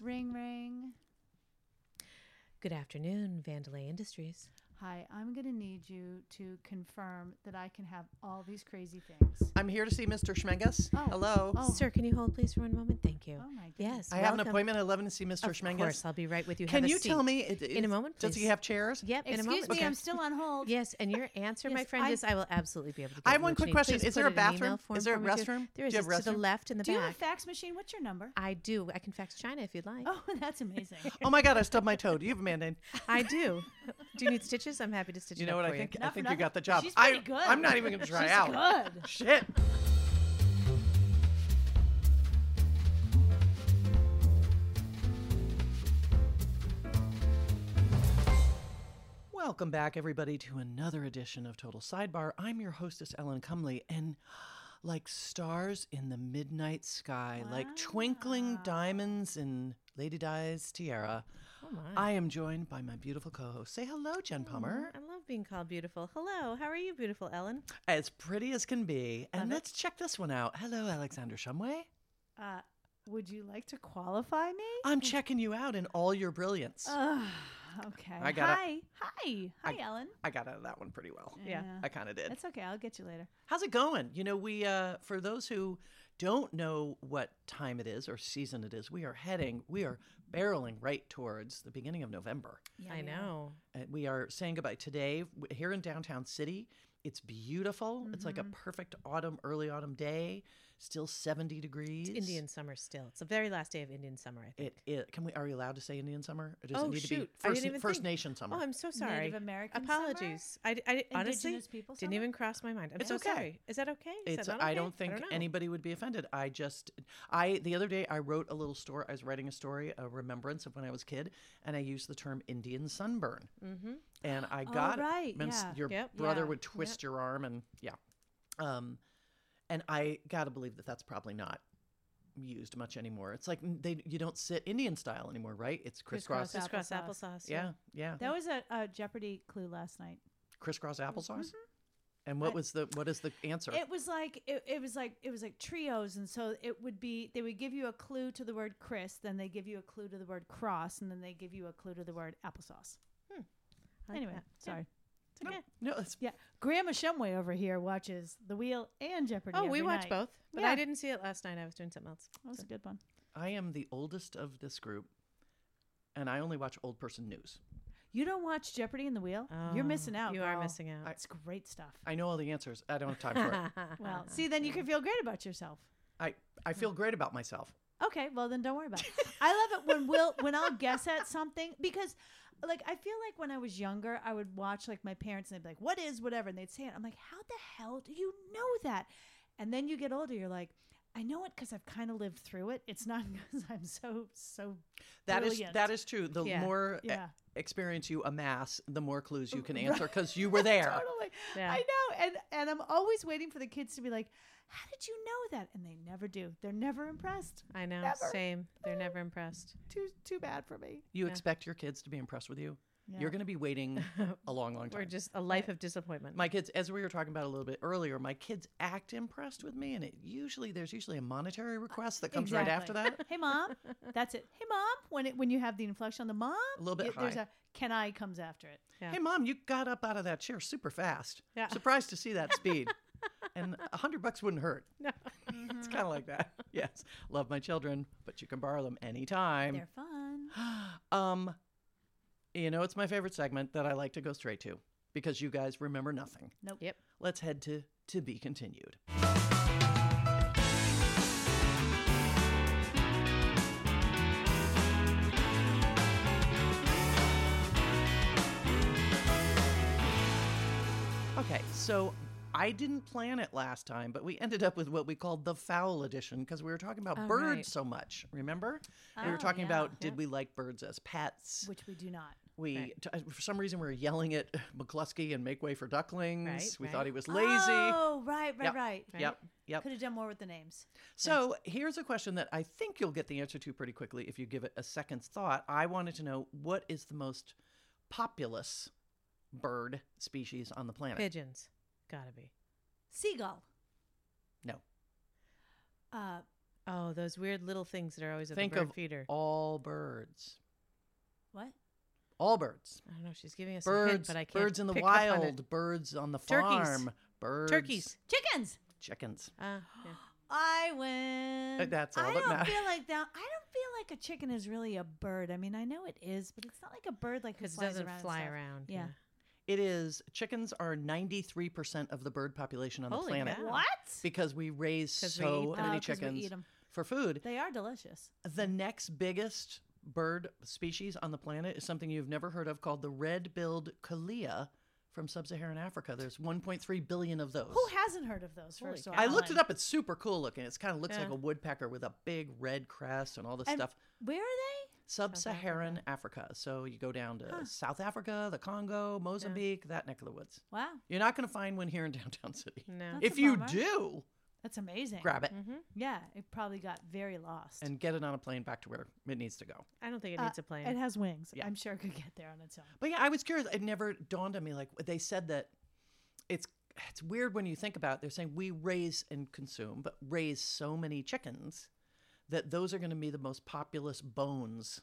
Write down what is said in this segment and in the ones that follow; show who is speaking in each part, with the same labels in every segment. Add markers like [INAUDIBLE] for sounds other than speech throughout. Speaker 1: Ring, ring.
Speaker 2: Good afternoon, Vandalay Industries.
Speaker 1: Hi, I'm going to need you to confirm that I can have all these crazy things.
Speaker 3: I'm here to see Mr. Schmengus.
Speaker 1: Oh.
Speaker 3: Hello.
Speaker 1: Oh.
Speaker 2: Sir, can you hold please for one moment? Thank you.
Speaker 1: Oh my goodness.
Speaker 2: yes.
Speaker 3: I have an
Speaker 2: welcome.
Speaker 3: appointment at 11 to see Mr.
Speaker 2: Of
Speaker 3: Schmengus.
Speaker 2: course, I'll be right with you.
Speaker 3: Can
Speaker 2: have a
Speaker 3: you tell
Speaker 2: seat.
Speaker 3: me it-
Speaker 2: In a
Speaker 3: is-
Speaker 2: moment,
Speaker 3: Does he
Speaker 2: please.
Speaker 3: have chairs?
Speaker 2: Yep, in a
Speaker 1: Excuse
Speaker 2: moment.
Speaker 1: me,
Speaker 2: Okay.
Speaker 1: I'm still on hold.
Speaker 2: Yes, and your answer, my
Speaker 1: Yes,
Speaker 2: friend,
Speaker 1: I-
Speaker 2: is I will absolutely be able to. Give
Speaker 3: I have
Speaker 2: you
Speaker 3: one
Speaker 2: what you
Speaker 3: quick
Speaker 2: need.
Speaker 3: question.
Speaker 2: Please
Speaker 3: Is there
Speaker 2: put
Speaker 3: a
Speaker 2: it in an
Speaker 3: bathroom?
Speaker 2: email form
Speaker 3: Is there a
Speaker 2: for me, too.
Speaker 3: restroom?
Speaker 2: There is.
Speaker 3: Do you have
Speaker 2: It's to the
Speaker 3: restroom?
Speaker 2: left in the
Speaker 1: Do you have a
Speaker 2: back.
Speaker 1: fax machine? What's your number?
Speaker 2: I do. I can fax China if you'd like.
Speaker 1: [LAUGHS] Oh, that's amazing.
Speaker 3: Oh my God, I stubbed my toe. Do you have a mandate?
Speaker 2: [LAUGHS] I
Speaker 1: [LAUGHS]
Speaker 2: do. do you need stitches? I'm happy to stitch
Speaker 3: You
Speaker 2: it
Speaker 3: know
Speaker 2: up
Speaker 3: what?
Speaker 2: for
Speaker 3: I think, I
Speaker 1: Not for
Speaker 3: think you
Speaker 1: nothing.
Speaker 3: got the job.
Speaker 1: She's
Speaker 3: I,
Speaker 1: pretty good.
Speaker 3: I'm not even going to try
Speaker 1: She's
Speaker 3: out. [LAUGHS]
Speaker 1: good.
Speaker 3: Shit. Welcome back, everybody, to another edition of Total Sidebar. I'm your hostess, Ellen Cumley, and like stars in the midnight sky, like twinkling
Speaker 1: Wow.
Speaker 3: diamonds in Lady Di's tiara,
Speaker 2: Oh my.
Speaker 3: I am joined by my beautiful co host. Say hello, Jen Palmer.
Speaker 2: I love being called beautiful. Hello, how are you, beautiful Ellen?
Speaker 3: As pretty as can be. And
Speaker 2: Love it.
Speaker 3: let's check this one out. Hello, Alexander Shumway.
Speaker 1: Uh, would you like to qualify me?
Speaker 3: I'm
Speaker 2: Mm.
Speaker 3: checking you out in all your brilliance.
Speaker 2: Oh.
Speaker 1: Ugh, okay.
Speaker 3: I got
Speaker 1: Hi. Hi. Hi, Ellen.
Speaker 3: I got out of that one pretty well.
Speaker 2: yeah.
Speaker 3: I kind of did.
Speaker 1: It's okay. I'll get you later.
Speaker 3: How's it going? You know, we uh for those who don't know what time it is or season it is, we are heading, we are barreling right towards the beginning of November.
Speaker 1: Yeah, we
Speaker 2: I
Speaker 1: are.
Speaker 2: know.
Speaker 3: And we are saying goodbye today w- here in downtown city. It's beautiful. It's like a
Speaker 2: Mm-hmm.
Speaker 1: Mhm.
Speaker 3: perfect autumn, early autumn day. Still 70 degrees.
Speaker 2: It's Indian summer still. It's the very last day of Indian summer, I think.
Speaker 3: It, it can we are we allowed to say Indian summer? Or does
Speaker 2: Oh,
Speaker 3: it need to be
Speaker 2: shoot. I
Speaker 3: First,
Speaker 2: didn't even
Speaker 3: First
Speaker 2: think.
Speaker 3: Nation summer?
Speaker 2: Oh, I'm so sorry.
Speaker 1: Native American. summer?
Speaker 2: Apologies. I, d- I d- honestly
Speaker 1: Indigenous people.
Speaker 2: didn't
Speaker 1: summer?
Speaker 2: even cross my mind. I'm
Speaker 3: It's
Speaker 2: so
Speaker 3: okay.
Speaker 2: sorry. Is that okay? Is
Speaker 3: it's
Speaker 2: that not
Speaker 3: I
Speaker 2: okay?
Speaker 3: don't think
Speaker 2: know.
Speaker 3: anybody would be offended. I just I the other day I wrote a little story. I was writing a story, a remembrance of when I was a kid, and I used the term Indian sunburn,
Speaker 2: Mm-hmm.
Speaker 3: and I
Speaker 1: Oh,
Speaker 3: got it.
Speaker 1: right.
Speaker 3: Meant s-
Speaker 1: Yeah.
Speaker 3: Your
Speaker 2: Yep.
Speaker 3: brother
Speaker 1: Yeah.
Speaker 3: would twist your arm, and yeah, um, and I gotta believe that that's probably not used much anymore. It's like n- they you don't sit Indian style anymore, right? It's crisscross.
Speaker 1: Crisscross
Speaker 2: Just cross
Speaker 1: Applesauce.
Speaker 2: applesauce.
Speaker 3: Yeah, yeah,
Speaker 2: Uh-huh.
Speaker 1: That was a, a Jeopardy clue last night.
Speaker 3: crisscross applesauce. And what
Speaker 1: I-
Speaker 3: was the what is the answer?
Speaker 1: It was like it, it was like it was like trios, and so it would be they would give you a clue to the word Chris, then they give you a clue to the word cross, and then they give you a clue to the word applesauce.
Speaker 2: Hmm. I like
Speaker 1: anyway,
Speaker 2: that. Yeah.
Speaker 1: sorry. It's okay.
Speaker 3: no, it's
Speaker 1: Yeah, Grandma Shumway over here watches The Wheel and Jeopardy.
Speaker 2: Oh, we
Speaker 1: every night.
Speaker 2: watched both, but
Speaker 1: Yeah.
Speaker 2: I didn't see it last night. I was doing something else.
Speaker 1: That was a good one.
Speaker 3: I am the oldest of this group, and I only watch old person news.
Speaker 1: You don't watch Jeopardy and The Wheel? You're missing out.
Speaker 2: Um, Oh, You
Speaker 1: girl.
Speaker 2: are missing out.
Speaker 1: It's great stuff.
Speaker 3: I know all the answers. I don't have
Speaker 2: [LAUGHS]
Speaker 3: time for it.
Speaker 2: Uh,
Speaker 1: well, see, then you can feel great about yourself.
Speaker 3: I, I feel great about myself.
Speaker 1: Okay, well then don't worry about it. I love it when we'll when I'll guess at something because like I feel like when I was younger, I would watch like my parents and they'd be like, What is whatever? And they'd say it. I'm like, How the hell do you know that? And then you get older, you're like, I know it because I've kind of lived through it. It's not [LAUGHS] because I'm so so
Speaker 3: That is
Speaker 1: Brilliant.
Speaker 3: that is true. The
Speaker 2: Yeah.
Speaker 3: more e-
Speaker 1: yeah.
Speaker 3: experience you amass, the more clues you can
Speaker 1: Right.
Speaker 3: answer because you were there.
Speaker 1: [LAUGHS] Totally.
Speaker 2: Yeah.
Speaker 1: I know. And and I'm always waiting for the kids to be like, How did you know that? And they never do. They're never impressed.
Speaker 2: I know.
Speaker 1: Never.
Speaker 2: Same. They're never impressed.
Speaker 1: Too too bad for me.
Speaker 3: You
Speaker 2: Yeah.
Speaker 3: expect your kids to be impressed with you.
Speaker 1: Yeah.
Speaker 3: You're going to be waiting a long, long
Speaker 2: We're
Speaker 3: time.
Speaker 2: just a life of disappointment.
Speaker 3: My kids, as we were talking about a little bit earlier, my kids act impressed with me, and it usually there's usually a monetary request that comes right after
Speaker 1: Exactly.
Speaker 3: that.
Speaker 1: [LAUGHS] Hey mom, that's it. Hey mom, when it when you have the inflection on the mom,
Speaker 3: A little bit
Speaker 1: you- there's
Speaker 3: high.
Speaker 1: a can I comes after it.
Speaker 2: Yeah.
Speaker 3: Hey, mom, you got up out of that chair super fast.
Speaker 2: Yeah.
Speaker 3: Surprised to see that
Speaker 2: [LAUGHS]
Speaker 3: speed. and a hundred bucks wouldn't hurt.
Speaker 2: No. Mm-hmm.
Speaker 3: It's kind of like that. Yes. Love my children, but you can borrow them anytime.
Speaker 1: They're
Speaker 3: [GASPS]
Speaker 1: fun.
Speaker 3: Um, you know, it's my favorite segment that I like to go straight to because you guys remember nothing.
Speaker 1: Nope.
Speaker 2: Yep.
Speaker 3: Let's head to to be continued. Okay, so I didn't plan it last time, but we ended up with what we called the fowl edition because we were talking about
Speaker 2: Oh,
Speaker 3: birds
Speaker 2: right.
Speaker 3: so much. Remember? we
Speaker 1: Oh,
Speaker 3: were talking
Speaker 1: yeah.
Speaker 3: about did
Speaker 2: Yep.
Speaker 3: we like birds as pets?
Speaker 1: Which we do not.
Speaker 3: We
Speaker 2: Right.
Speaker 3: t- uh, for some reason we were yelling at [LAUGHS] McCluskey and make way for ducklings.
Speaker 2: Right,
Speaker 3: we
Speaker 2: right.
Speaker 3: thought he was lazy.
Speaker 1: Oh, right, right,
Speaker 3: Yep.
Speaker 1: right.
Speaker 3: Yep. Yep.
Speaker 1: Could have done more with the names.
Speaker 3: So here's a question that I think you'll get the answer to pretty quickly if you give it a second's thought. I wanted to know what is the most populous bird species on the planet?
Speaker 2: Pigeons. Gotta be.
Speaker 1: Seagull.
Speaker 3: No.
Speaker 1: Uh,
Speaker 2: Oh, those weird little things that are always at
Speaker 3: Think
Speaker 2: the bird
Speaker 3: of
Speaker 2: feeder.
Speaker 3: All birds.
Speaker 1: What?
Speaker 3: All birds.
Speaker 2: I don't know. She's giving us a hint,
Speaker 3: Birds.
Speaker 2: but I can't.
Speaker 3: birds in the
Speaker 2: pick up on it.
Speaker 3: wild. Birds on the
Speaker 2: Turkeys.
Speaker 3: farm. Birds.
Speaker 2: Turkeys.
Speaker 1: Chickens.
Speaker 3: Chickens.
Speaker 2: Ah, yeah.
Speaker 1: I win.
Speaker 3: Uh, that's all
Speaker 1: I
Speaker 3: that
Speaker 1: don't
Speaker 3: matters.
Speaker 1: feel like that. I don't feel like a chicken is really a bird. I mean, I know it is, but it's not like a bird like who
Speaker 2: Because it
Speaker 1: flies
Speaker 2: doesn't
Speaker 1: around and
Speaker 2: fly
Speaker 1: stuff.
Speaker 2: around.
Speaker 1: Yeah.
Speaker 3: It is. Chickens are 93% of the bird population on the
Speaker 2: Holy
Speaker 3: planet
Speaker 2: cow.
Speaker 1: What?
Speaker 3: because we raise
Speaker 2: 'Cause we eat
Speaker 3: so
Speaker 2: them.
Speaker 1: Oh,
Speaker 3: many
Speaker 1: 'cause we
Speaker 3: chickens
Speaker 1: eat 'em.
Speaker 3: for food.
Speaker 1: They are delicious.
Speaker 3: The next biggest bird species on the planet is something you've never heard of called the red-billed kalia from sub-Saharan Africa. There's 1.3 billion of those.
Speaker 1: Who hasn't heard of those?
Speaker 2: Holy
Speaker 1: First of
Speaker 2: cow.
Speaker 1: all,
Speaker 3: I looked it
Speaker 1: Ellen?
Speaker 3: up. It's super cool looking. It's kind of looks
Speaker 2: Yeah.
Speaker 3: like a woodpecker with a big red crest and all this
Speaker 1: And-
Speaker 3: stuff.
Speaker 1: Where are they?
Speaker 3: Sub-Saharan Africa. So you go down to South Africa, the Congo, Mozambique, that neck of the woods.
Speaker 1: Wow,
Speaker 3: You're not going to find one here in [LAUGHS] downtown city.
Speaker 2: No.
Speaker 1: That's
Speaker 3: if
Speaker 1: a
Speaker 3: you
Speaker 1: bummer.
Speaker 3: do,
Speaker 1: that's amazing.
Speaker 3: grab it
Speaker 2: hmm
Speaker 1: Yeah, it probably got very lost.
Speaker 3: and get it on a plane back to where it needs to go.
Speaker 2: I don't think it
Speaker 1: Uh,
Speaker 2: needs a plane.
Speaker 1: It has wings.
Speaker 3: Yeah.
Speaker 1: I'm sure it could get there on its own.
Speaker 3: But yeah, I was curious. It never dawned on me. Like they said that it's it's weird when you think about. it. They're saying we raise and consume, but raise so many chickens that those are going to be the most populous bones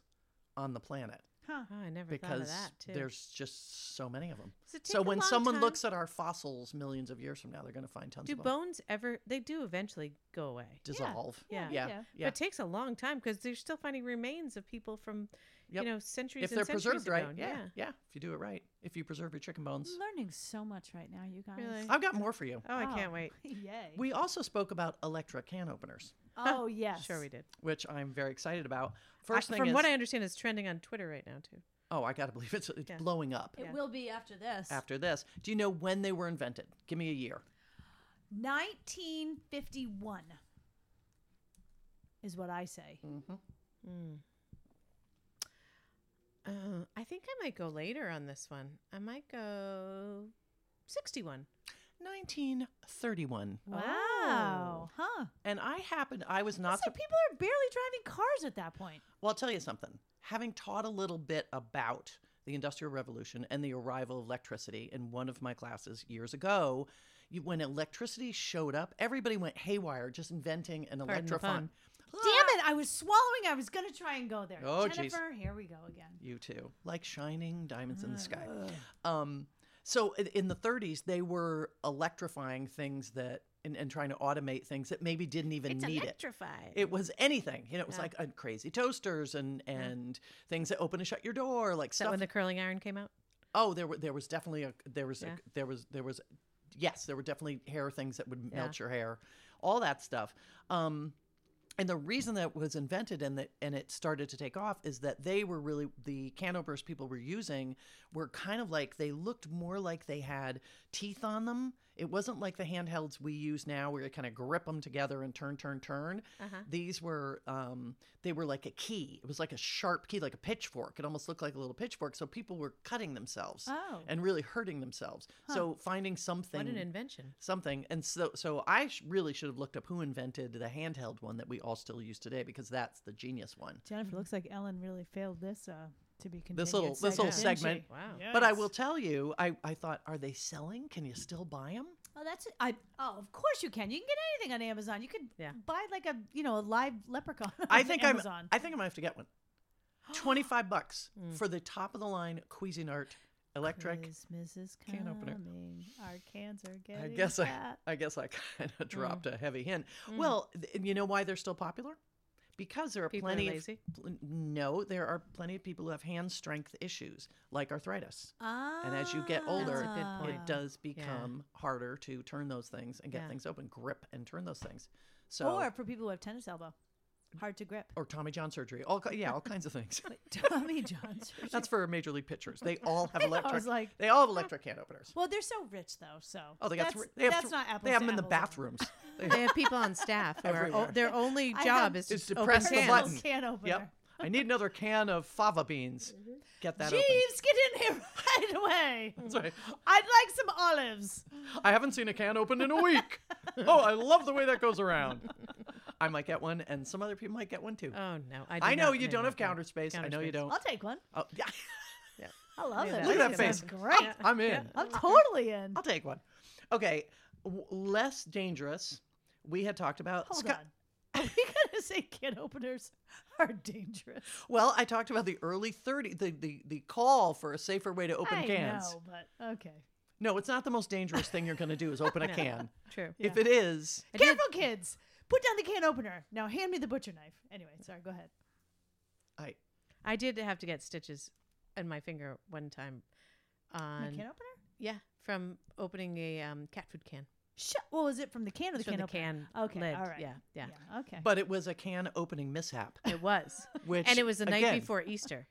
Speaker 3: on the planet
Speaker 1: Huh.
Speaker 2: oh, I never thought of
Speaker 3: because
Speaker 2: that too.
Speaker 3: there's just so many of them.
Speaker 2: Does it
Speaker 3: So
Speaker 2: take a
Speaker 3: when
Speaker 2: long
Speaker 3: someone
Speaker 2: time?
Speaker 3: looks at our fossils millions of years from now, they're going to find tons
Speaker 2: do
Speaker 3: of them
Speaker 2: bones ever? They do eventually go away.
Speaker 3: dissolve.
Speaker 2: Yeah.
Speaker 3: yeah,
Speaker 1: Yeah.
Speaker 2: But it takes a long time because they're still finding remains of people from,
Speaker 3: Yep.
Speaker 2: you know, centuries
Speaker 3: If
Speaker 2: and
Speaker 3: they're
Speaker 2: centuries
Speaker 3: preserved
Speaker 2: ago.
Speaker 3: right, yeah, yeah, If you do it right, if you preserve your chicken bones,
Speaker 1: Learning so much right now, you guys. [LAUGHS]
Speaker 2: Really?
Speaker 3: I've got more for you.
Speaker 2: Oh, I
Speaker 1: Wow.
Speaker 2: can't wait.
Speaker 1: Yay.
Speaker 3: We also spoke about Electra can openers,
Speaker 1: [LAUGHS] oh
Speaker 3: [LAUGHS]
Speaker 1: yes.
Speaker 2: Sure, we did.
Speaker 3: which I'm very excited about.
Speaker 2: I-
Speaker 3: First thing
Speaker 2: from
Speaker 3: is,
Speaker 2: what I understand, it's trending on Twitter right now too.
Speaker 3: oh, I gotta believe it's it's
Speaker 2: Yeah.
Speaker 3: blowing up
Speaker 1: It
Speaker 2: Yeah.
Speaker 1: will be after this.
Speaker 3: after this. Do you know when they were invented? Give me a year.
Speaker 1: 1951 is what I say.
Speaker 3: Mm.
Speaker 2: Uh, I think I might go later on this one. I might go 61.
Speaker 3: 1931.
Speaker 1: Wow. Huh.
Speaker 3: And I happened. I was Oh. not.
Speaker 1: It's
Speaker 3: Sur-
Speaker 1: like people are barely driving cars at that point.
Speaker 3: well, I'll tell you something. Having taught a little bit about the Industrial Revolution and the arrival of electricity in one of my classes years ago, you, when electricity showed up, everybody went haywire, just inventing an
Speaker 2: Pardon the pun.
Speaker 3: electrifying.
Speaker 1: Damn it. I was swallowing. I was going to try and go there.
Speaker 3: Oh, geez.
Speaker 1: Jennifer, here we go again.
Speaker 3: You too. Like shining diamonds in the sky. Um, so i- in the 30s, they were electrifying things that and, and trying to automate things that maybe didn't even
Speaker 2: It's
Speaker 3: need it.
Speaker 2: electrified.
Speaker 3: It was anything. You know, it was
Speaker 2: Yeah.
Speaker 3: like uh, crazy toasters and and things that open and shut your door, like
Speaker 2: Is that
Speaker 3: stuff.
Speaker 2: when the curling iron came out?
Speaker 3: oh, there were there was definitely a there was
Speaker 2: Yeah.
Speaker 3: a, there was there was yes, there were definitely hair things that would melt
Speaker 2: Yeah.
Speaker 3: your hair, all that stuff. Um, and the reason that it was invented and that and it started to take off is that they were really the canopers people were using were kind of like they looked more like they had teeth on them. It wasn't like the handhelds we use now where you kind of grip them together and turn, turn, turn.
Speaker 2: Uh-huh.
Speaker 3: These were um, they were like a key. It was like a sharp key, like a pitchfork. It almost looked like a little pitchfork. So people were cutting themselves
Speaker 1: Oh.
Speaker 3: and really hurting themselves. So finding something
Speaker 2: Ah. What an invention.
Speaker 3: something and so so i sh- really should have looked up who invented the handheld one that we all still use today because that's the genius one
Speaker 1: Jennifer looks like Ellen really failed this uh, to be continued.
Speaker 3: this little this little
Speaker 1: segment, didn't she?
Speaker 3: segment
Speaker 2: Wow.
Speaker 3: but i will tell you I, I thought are they selling can you still buy them
Speaker 1: Oh, that's it. I. Oh, of course you can. You can get anything on Amazon. You could
Speaker 2: Yeah.
Speaker 1: buy like a you know a live leprechaun. [LAUGHS]
Speaker 3: i
Speaker 1: on
Speaker 3: think
Speaker 1: Amazon.
Speaker 3: i'm i think i'm gonna have to get
Speaker 2: [GASPS]
Speaker 3: one
Speaker 1: [GASPS]
Speaker 3: 25 bucks
Speaker 2: Hmm.
Speaker 3: for the top of the line cuisinart electric
Speaker 1: Christmas is
Speaker 3: can opener.
Speaker 1: coming. Our cans are getting.
Speaker 3: I guess I,
Speaker 1: fat.
Speaker 3: I guess I [LAUGHS] kind of dropped
Speaker 2: Hmm.
Speaker 3: a heavy hint.
Speaker 2: Mm-hmm.
Speaker 1: Mm-hmm.
Speaker 3: Well, th- you know why they're still popular? Because there are
Speaker 2: People are
Speaker 3: plenty
Speaker 1: [LAUGHS]
Speaker 2: lazy?
Speaker 3: of pl- no, there are plenty of people who have hand strength issues like arthritis.
Speaker 1: Ah,
Speaker 3: And as you get older,
Speaker 2: That's a good point.
Speaker 3: it does become harder to turn those things and get
Speaker 2: Yeah.
Speaker 3: things open, grip and turn those things. So
Speaker 1: Or for people who have tennis elbow, hard to
Speaker 3: [LAUGHS]
Speaker 1: grip.
Speaker 3: or Tommy John surgery, all ki- yeah, all kinds of
Speaker 1: [LAUGHS]
Speaker 3: things.
Speaker 1: Tommy John's.
Speaker 3: That's for major league pitchers. They all
Speaker 1: [LAUGHS]
Speaker 3: have
Speaker 1: I
Speaker 3: electric.
Speaker 1: was like,
Speaker 3: they all have electric hand openers.
Speaker 1: well, they're so rich though. So
Speaker 3: Oh, they got
Speaker 1: that's,
Speaker 3: thr- they have
Speaker 1: that's
Speaker 3: thr-
Speaker 1: not apples.
Speaker 3: They have
Speaker 1: to
Speaker 3: them in the
Speaker 1: apples. [LAUGHS]
Speaker 3: bathrooms. They-
Speaker 2: They have people on staff who are, oh,
Speaker 3: Everywhere.
Speaker 2: their only
Speaker 1: I
Speaker 2: job
Speaker 1: have-
Speaker 2: is
Speaker 3: Is
Speaker 2: just
Speaker 3: to
Speaker 2: open
Speaker 3: press the
Speaker 2: cans.
Speaker 1: Little
Speaker 3: button.
Speaker 1: Can opener.
Speaker 3: Yep. I need another can of fava beans.
Speaker 1: Mm-hmm.
Speaker 3: Get that open.
Speaker 1: Jeeves, get in here [LAUGHS] right away.
Speaker 3: Sorry.
Speaker 1: I'd like some olives.
Speaker 3: I haven't seen a can opened in a
Speaker 2: [LAUGHS]
Speaker 3: week. oh, I love the way that goes around. I might get one, and some other people might get one too.
Speaker 2: Oh no! I, do
Speaker 3: I know
Speaker 2: not-
Speaker 3: you
Speaker 2: no,
Speaker 3: don't
Speaker 2: no,
Speaker 3: have
Speaker 2: no.
Speaker 3: counter space. I
Speaker 2: Counter
Speaker 3: know you
Speaker 2: space.
Speaker 3: don't.
Speaker 1: I'll take one.
Speaker 3: Oh, yeah.
Speaker 1: I love
Speaker 2: Yeah,
Speaker 1: it.
Speaker 2: that- Look at
Speaker 3: that face.
Speaker 1: Sounds Great.
Speaker 2: Yeah.
Speaker 3: [LAUGHS] I'm in.
Speaker 1: I'm totally in.
Speaker 3: I'll take one. Okay, w- less dangerous. We had talked about
Speaker 1: Hold
Speaker 3: sky-
Speaker 1: on. [LAUGHS] Are we gonna say can openers are dangerous?
Speaker 3: Well, I talked about the early 30, the, the, the call for a safer way to open
Speaker 1: I
Speaker 3: cans.
Speaker 1: know, but okay.
Speaker 3: No, it's not the most dangerous thing you're going to do is open
Speaker 2: [LAUGHS]
Speaker 3: a
Speaker 2: No.
Speaker 3: can.
Speaker 2: True.
Speaker 3: If it is,
Speaker 2: I did-
Speaker 1: Careful, kids. Put down the can opener. Now hand me the butcher knife. Anyway, sorry. Go ahead.
Speaker 3: I
Speaker 2: I did have to get stitches in my finger one time.
Speaker 1: My
Speaker 2: On
Speaker 1: can opener?
Speaker 2: yeah, from opening a um, cat food can.
Speaker 1: Shut. Well, is it from the can or Oh, the
Speaker 2: It's from
Speaker 1: can
Speaker 2: the
Speaker 1: opener?
Speaker 2: can
Speaker 1: Okay,
Speaker 2: lid.
Speaker 1: all right.
Speaker 2: Yeah, yeah,
Speaker 1: Okay.
Speaker 3: but it was a can opening mishap,
Speaker 2: It was,
Speaker 1: [LAUGHS]
Speaker 3: which
Speaker 2: and it was the night
Speaker 3: again,
Speaker 2: before Easter,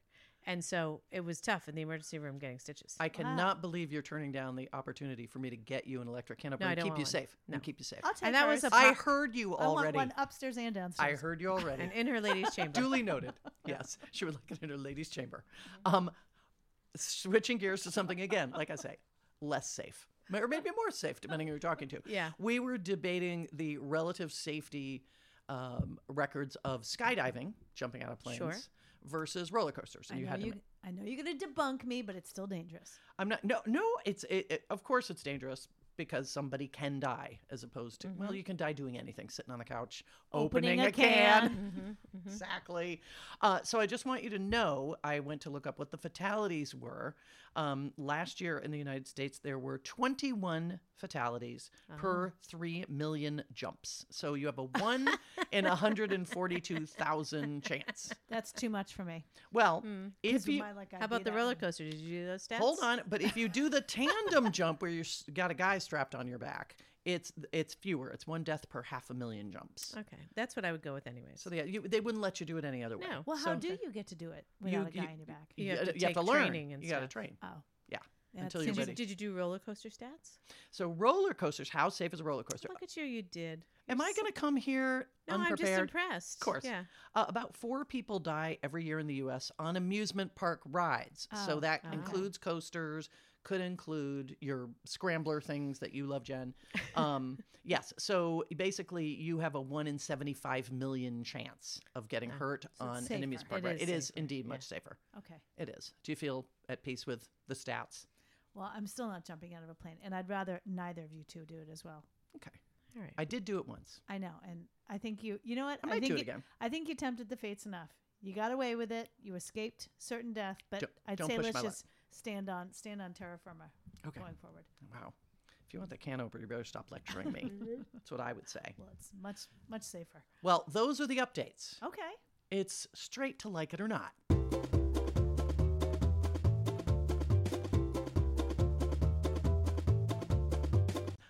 Speaker 2: and so it was tough in the emergency room getting stitches.
Speaker 3: I cannot believe you're turning down the opportunity for me to get you an electric can opener
Speaker 2: I
Speaker 3: and
Speaker 2: don't
Speaker 3: keep
Speaker 2: want
Speaker 3: you
Speaker 2: one.
Speaker 3: safe.
Speaker 2: No.
Speaker 3: And keep you safe.
Speaker 1: I'll take
Speaker 2: and that was
Speaker 1: hers.
Speaker 2: a
Speaker 3: I
Speaker 2: pop-
Speaker 3: heard you
Speaker 1: I want
Speaker 3: already.
Speaker 1: one upstairs and
Speaker 3: I
Speaker 1: downstairs.
Speaker 3: heard you
Speaker 2: [LAUGHS]
Speaker 3: already.
Speaker 2: and in
Speaker 1: [LAUGHS]
Speaker 2: her lady's chamber. [LAUGHS]
Speaker 3: Duly noted. Yes, she would like it in her ladies' chamber. Um, switching gears to something again, like I say, less safe, Ma- or maybe more safe, depending who you're talking to.
Speaker 1: [LAUGHS]
Speaker 2: Yeah.
Speaker 3: We were debating the relative safety um, records of skydiving, jumping out of planes,
Speaker 2: Sure.
Speaker 3: versus roller coasters.
Speaker 1: I
Speaker 3: And you
Speaker 1: know
Speaker 3: had to
Speaker 1: you. I know you're gonna debunk me, but it's still dangerous.
Speaker 3: I'm not. No, no. It's it, it- of course it's dangerous because somebody can die, as opposed to well, you can die doing anything, sitting on the couch, opening,
Speaker 1: Mm-hmm. Opening
Speaker 3: a,
Speaker 1: a
Speaker 3: can. [LAUGHS]
Speaker 1: can.
Speaker 2: Mm-hmm.
Speaker 1: Mm-hmm.
Speaker 3: Exactly. Uh, so I just want you to know, I went to look up what the fatalities were. Um, last year in the United States, there were 21 fatalities
Speaker 1: Oh.
Speaker 2: Uh-huh.
Speaker 3: per three million jumps. So you have a one in 142,000 chance.
Speaker 1: That's too much for me.
Speaker 3: Well, if
Speaker 1: Because
Speaker 3: you
Speaker 1: my, like,
Speaker 2: Mm-hmm. How
Speaker 1: I'd
Speaker 2: about
Speaker 1: Mm. be
Speaker 2: the
Speaker 1: that
Speaker 2: roller
Speaker 1: one.
Speaker 2: coaster? Did you do those stats?
Speaker 3: Hold on, but if you do the tandem jump where you s- got a guy strapped on your back, it's it's fewer. It's one death per half a million jumps.
Speaker 2: Okay, that's what I would go with anyways.
Speaker 3: So they you, they wouldn't let you do it any other way.
Speaker 2: No.
Speaker 1: Well, how
Speaker 3: So-
Speaker 1: do you get to do it without
Speaker 3: you-
Speaker 1: a guy in your back?
Speaker 2: You have
Speaker 3: gotta-
Speaker 2: to take training and
Speaker 3: you got to
Speaker 2: stuff.
Speaker 3: train.
Speaker 1: oh,
Speaker 3: Yeah.
Speaker 1: That
Speaker 3: until you're
Speaker 1: seems-
Speaker 2: did, you,
Speaker 3: ready.
Speaker 2: did you do roller coaster stats?
Speaker 3: So roller coasters. How safe is a roller coaster?
Speaker 2: Look at you, you did.
Speaker 3: Am I going to come here
Speaker 2: No, I'm just
Speaker 3: unprepared?
Speaker 2: impressed.
Speaker 3: Of course.
Speaker 2: Yeah.
Speaker 3: Uh, about four people die every year in the U.S. on amusement park rides. so
Speaker 1: Oh,
Speaker 3: that
Speaker 2: oh.
Speaker 3: includes coasters, could include your scrambler things that you love, Jen. Um, yes. So basically, you have a one in 75 million chance of getting
Speaker 2: Oh,
Speaker 3: hurt
Speaker 1: it's
Speaker 3: on an
Speaker 1: safer.
Speaker 3: amusement park
Speaker 2: It
Speaker 3: ride.
Speaker 2: is
Speaker 3: It is
Speaker 2: safer,
Speaker 3: indeed
Speaker 2: yeah.
Speaker 3: much safer.
Speaker 1: Okay.
Speaker 3: It is. Do you feel at peace with the stats?
Speaker 1: Well, I'm still not jumping out of a plane, and I'd rather neither of you two do it as well.
Speaker 3: Okay.
Speaker 2: All right.
Speaker 3: I did do it once.
Speaker 1: I know, and I think you. You know what?
Speaker 3: I might
Speaker 1: think
Speaker 3: do it
Speaker 1: you-
Speaker 3: again.
Speaker 1: I think you tempted the fates enough. You got away with it. You escaped certain death, but
Speaker 3: Don't-
Speaker 1: I'd
Speaker 3: don't
Speaker 1: say
Speaker 3: push
Speaker 1: let's
Speaker 3: my luck.
Speaker 1: just stand on stand on terra firma
Speaker 3: Okay.
Speaker 1: going forward.
Speaker 3: Wow. If you want the can opener, you better stop lecturing me. That's what I would say.
Speaker 1: Well, it's much much safer.
Speaker 3: Well, those are the updates.
Speaker 1: Okay.
Speaker 3: It's straight to like it or not.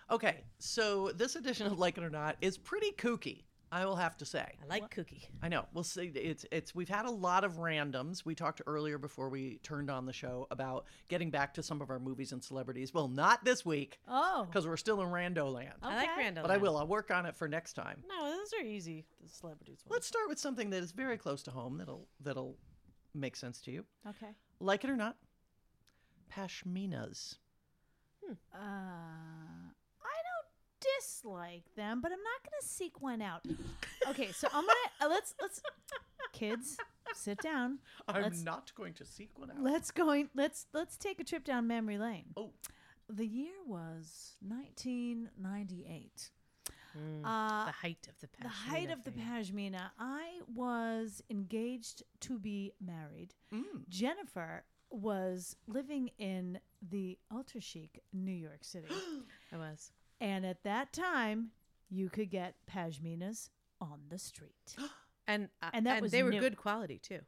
Speaker 3: Okay, so this edition of Like It or Not is pretty kooky, I will have to say.
Speaker 2: I like cookie.
Speaker 3: I know. We'll see. It's it's we've had a lot of randoms. We talked earlier before we turned on the show about getting back to some of our movies and celebrities. Well, not this week
Speaker 1: Oh.
Speaker 3: because we're still in Rando Land.
Speaker 1: Okay.
Speaker 2: I like Randall.
Speaker 3: But I will. I'll work on it for next time.
Speaker 2: No, those are easy. The celebrities. ones.
Speaker 3: Let's start with something that is very close to home. That'll that'll make sense to you,
Speaker 1: Okay.
Speaker 3: like it or not. Pashminas.
Speaker 1: Uh, I don't dislike them, but I'm not going to seek one out. Okay, so I'm gonna uh, let's let's kids sit down.
Speaker 3: I'm
Speaker 1: Let's-
Speaker 3: not going to seek one out.
Speaker 1: Let's going let's let's take a trip down memory lane.
Speaker 3: oh,
Speaker 1: The year was 1998. Uh,
Speaker 2: the height of the
Speaker 1: the height
Speaker 2: pashmina
Speaker 1: of the
Speaker 2: thing.
Speaker 1: pashmina. I was engaged to be married.
Speaker 3: mm.
Speaker 1: Jennifer was living in the ultra chic New York City.
Speaker 2: I was.
Speaker 1: And at that time, you could get pashminas on the street.
Speaker 2: And uh,
Speaker 1: And that was
Speaker 2: they were
Speaker 1: new.
Speaker 2: good quality too.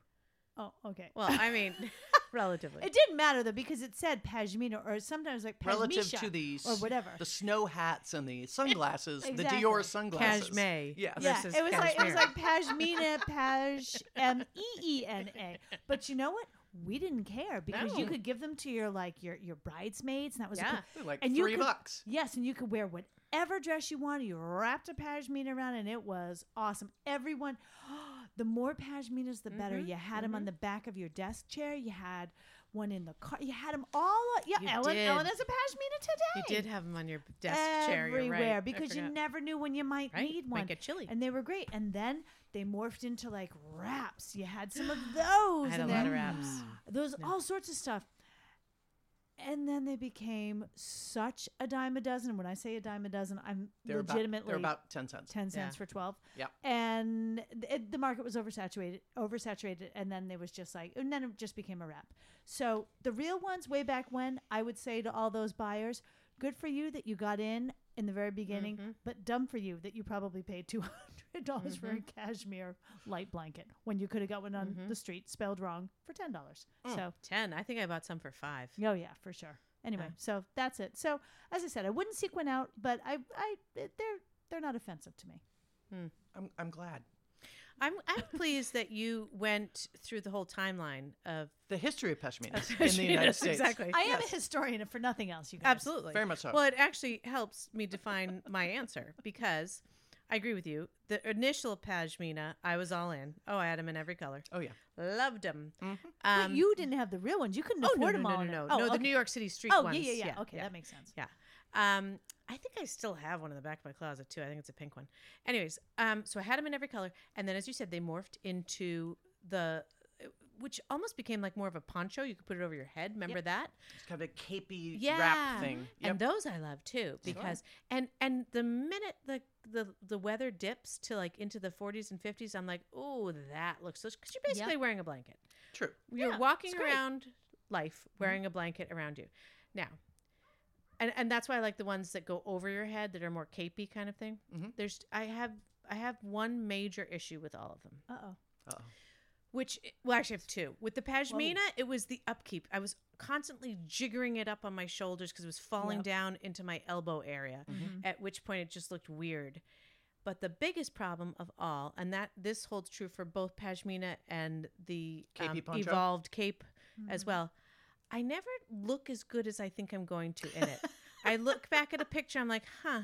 Speaker 1: Oh, okay.
Speaker 2: Well,
Speaker 1: [LAUGHS]
Speaker 2: I mean, [LAUGHS] relatively.
Speaker 1: it didn't matter though because it said pashmina or sometimes like pashmisha
Speaker 3: relative to these
Speaker 1: or whatever.
Speaker 3: the snow hats and the sunglasses, the
Speaker 1: Exactly.
Speaker 3: Dior sunglasses.
Speaker 2: Cashmere.
Speaker 3: Yes.
Speaker 1: yeah,
Speaker 2: versus
Speaker 1: it was like it was
Speaker 2: cashmere.
Speaker 1: like pashmina, pash m e e n a. But you know what? We didn't care because you
Speaker 2: No.
Speaker 1: could give them to your like your your bridesmaids, and that was a
Speaker 2: Yeah.
Speaker 1: cool-
Speaker 3: They're like
Speaker 1: And you
Speaker 3: three
Speaker 1: could-
Speaker 3: bucks.
Speaker 1: Yes, and you could wear whatever dress you wanted. You wrapped a pashmina around, and it was awesome. Everyone, [GASPS] the more pashminas, the better.
Speaker 2: Mm-hmm,
Speaker 1: You had them on the back of your desk chair. You had one in the car. You had them all. Yeah,
Speaker 2: You
Speaker 1: Ellen, Ellen
Speaker 2: did.
Speaker 1: has a pashmina today.
Speaker 2: you did have them on your desk chair.
Speaker 1: everywhere
Speaker 2: You're right. I
Speaker 1: because you
Speaker 2: forgot.
Speaker 1: never knew when you might
Speaker 2: Right.
Speaker 1: need
Speaker 2: Might
Speaker 1: one.
Speaker 2: get chilly.
Speaker 1: And they were great. And then they morphed into like wraps. You had some of those.
Speaker 2: [GASPS] I had a
Speaker 1: and
Speaker 2: lot
Speaker 3: Mm.
Speaker 1: then-
Speaker 2: of wraps.
Speaker 1: Those all sorts of stuff. and then they became such a dime a dozen. When I say a dime a dozen, I'm
Speaker 3: They're about,
Speaker 1: legitimately
Speaker 3: they're about ten cents.
Speaker 1: 10 cents
Speaker 2: Yeah.
Speaker 1: for 12
Speaker 3: Yep.
Speaker 1: and th- it, the market was oversaturated oversaturated and then there was just like and then it just became a wrap so the real ones way back when i would say to all those buyers good for you that you got in in the very beginning
Speaker 3: Mm-hmm.
Speaker 2: Mhm.
Speaker 1: but dumb for you that you probably paid [LAUGHS] $200 dollars for a
Speaker 3: Mm-hmm.
Speaker 1: cashmere light blanket when you could have got one on
Speaker 2: Mhm.
Speaker 1: the street spelled wrong for $10
Speaker 3: Mm.
Speaker 1: so
Speaker 2: Ten. I think I bought some for five.
Speaker 1: Oh yeah, for sure. Anyway,
Speaker 3: Mm.
Speaker 2: Yeah.
Speaker 1: so that's it. So as I said, I wouldn't seek one out, but I, I, they're they're not offensive to me.
Speaker 3: I'm I'm glad
Speaker 2: I'm I'm pleased that you went through the whole timeline of
Speaker 3: the history of pashminas [LAUGHS] in the
Speaker 2: Pashminas,
Speaker 3: United States.
Speaker 2: Exactly.
Speaker 1: I am a historian, if for nothing else, you guys.
Speaker 2: Absolutely.
Speaker 3: Very much so.
Speaker 2: Well, it actually helps me define my
Speaker 3: [LAUGHS]
Speaker 2: answer because I agree with you. The initial pashmina, I was all in. Oh, I had them in every color.
Speaker 3: oh yeah.
Speaker 2: Loved them.
Speaker 3: Mhm.
Speaker 1: But you didn't have the real ones. You couldn't
Speaker 2: Um, oh, no,
Speaker 1: afford
Speaker 2: no,
Speaker 1: them
Speaker 2: no,
Speaker 1: all.
Speaker 2: no,
Speaker 1: in
Speaker 2: no,
Speaker 1: a-
Speaker 2: no.
Speaker 1: Oh,
Speaker 2: the
Speaker 1: okay.
Speaker 2: New York City street
Speaker 1: Oh
Speaker 2: ones.
Speaker 1: yeah, yeah, yeah. Okay, that makes sense.
Speaker 2: Um, I think I still have one in the back of my closet too. I think it's a pink one. Anyways, um, so I had them in every color, and then as you said, they morphed into the, which almost became like more of a poncho. You could put it over your head. Remember that?
Speaker 3: It's kind of a capey
Speaker 2: Yeah.
Speaker 3: wrap thing.
Speaker 2: And those I love too because and and the minute the the the weather dips to like into the 40s and 50s, I'm like, oh, that looks so. Because you're basically wearing a blanket.
Speaker 3: True.
Speaker 2: You're
Speaker 1: Yeah,
Speaker 2: walking
Speaker 1: it's great.
Speaker 2: around life wearing a blanket around you. Now, and and that's why I like the ones that go over your head that are more capey kind of thing.
Speaker 3: Mhm.
Speaker 2: There's I have I have one major issue with all of them.
Speaker 1: Uh oh.
Speaker 3: Uh-oh.
Speaker 2: Which well, actually, I have two. With the pashmina, it was the upkeep. I was constantly jiggering it up on my shoulders because it was falling
Speaker 1: Yep.
Speaker 2: down into my elbow area.
Speaker 3: Mm-hmm.
Speaker 1: Mm-hmm.
Speaker 2: At which point, it just looked weird. But the biggest problem of all, and that this holds true for both pashmina and the
Speaker 3: Capey
Speaker 2: um,
Speaker 3: poncho?
Speaker 2: evolved cape
Speaker 1: Mm-hmm.
Speaker 2: as
Speaker 3: Mm-hmm.
Speaker 2: well. I never look as good as I think I'm going to in it. I
Speaker 3: [LAUGHS]
Speaker 2: look back at a picture. I'm like, huh.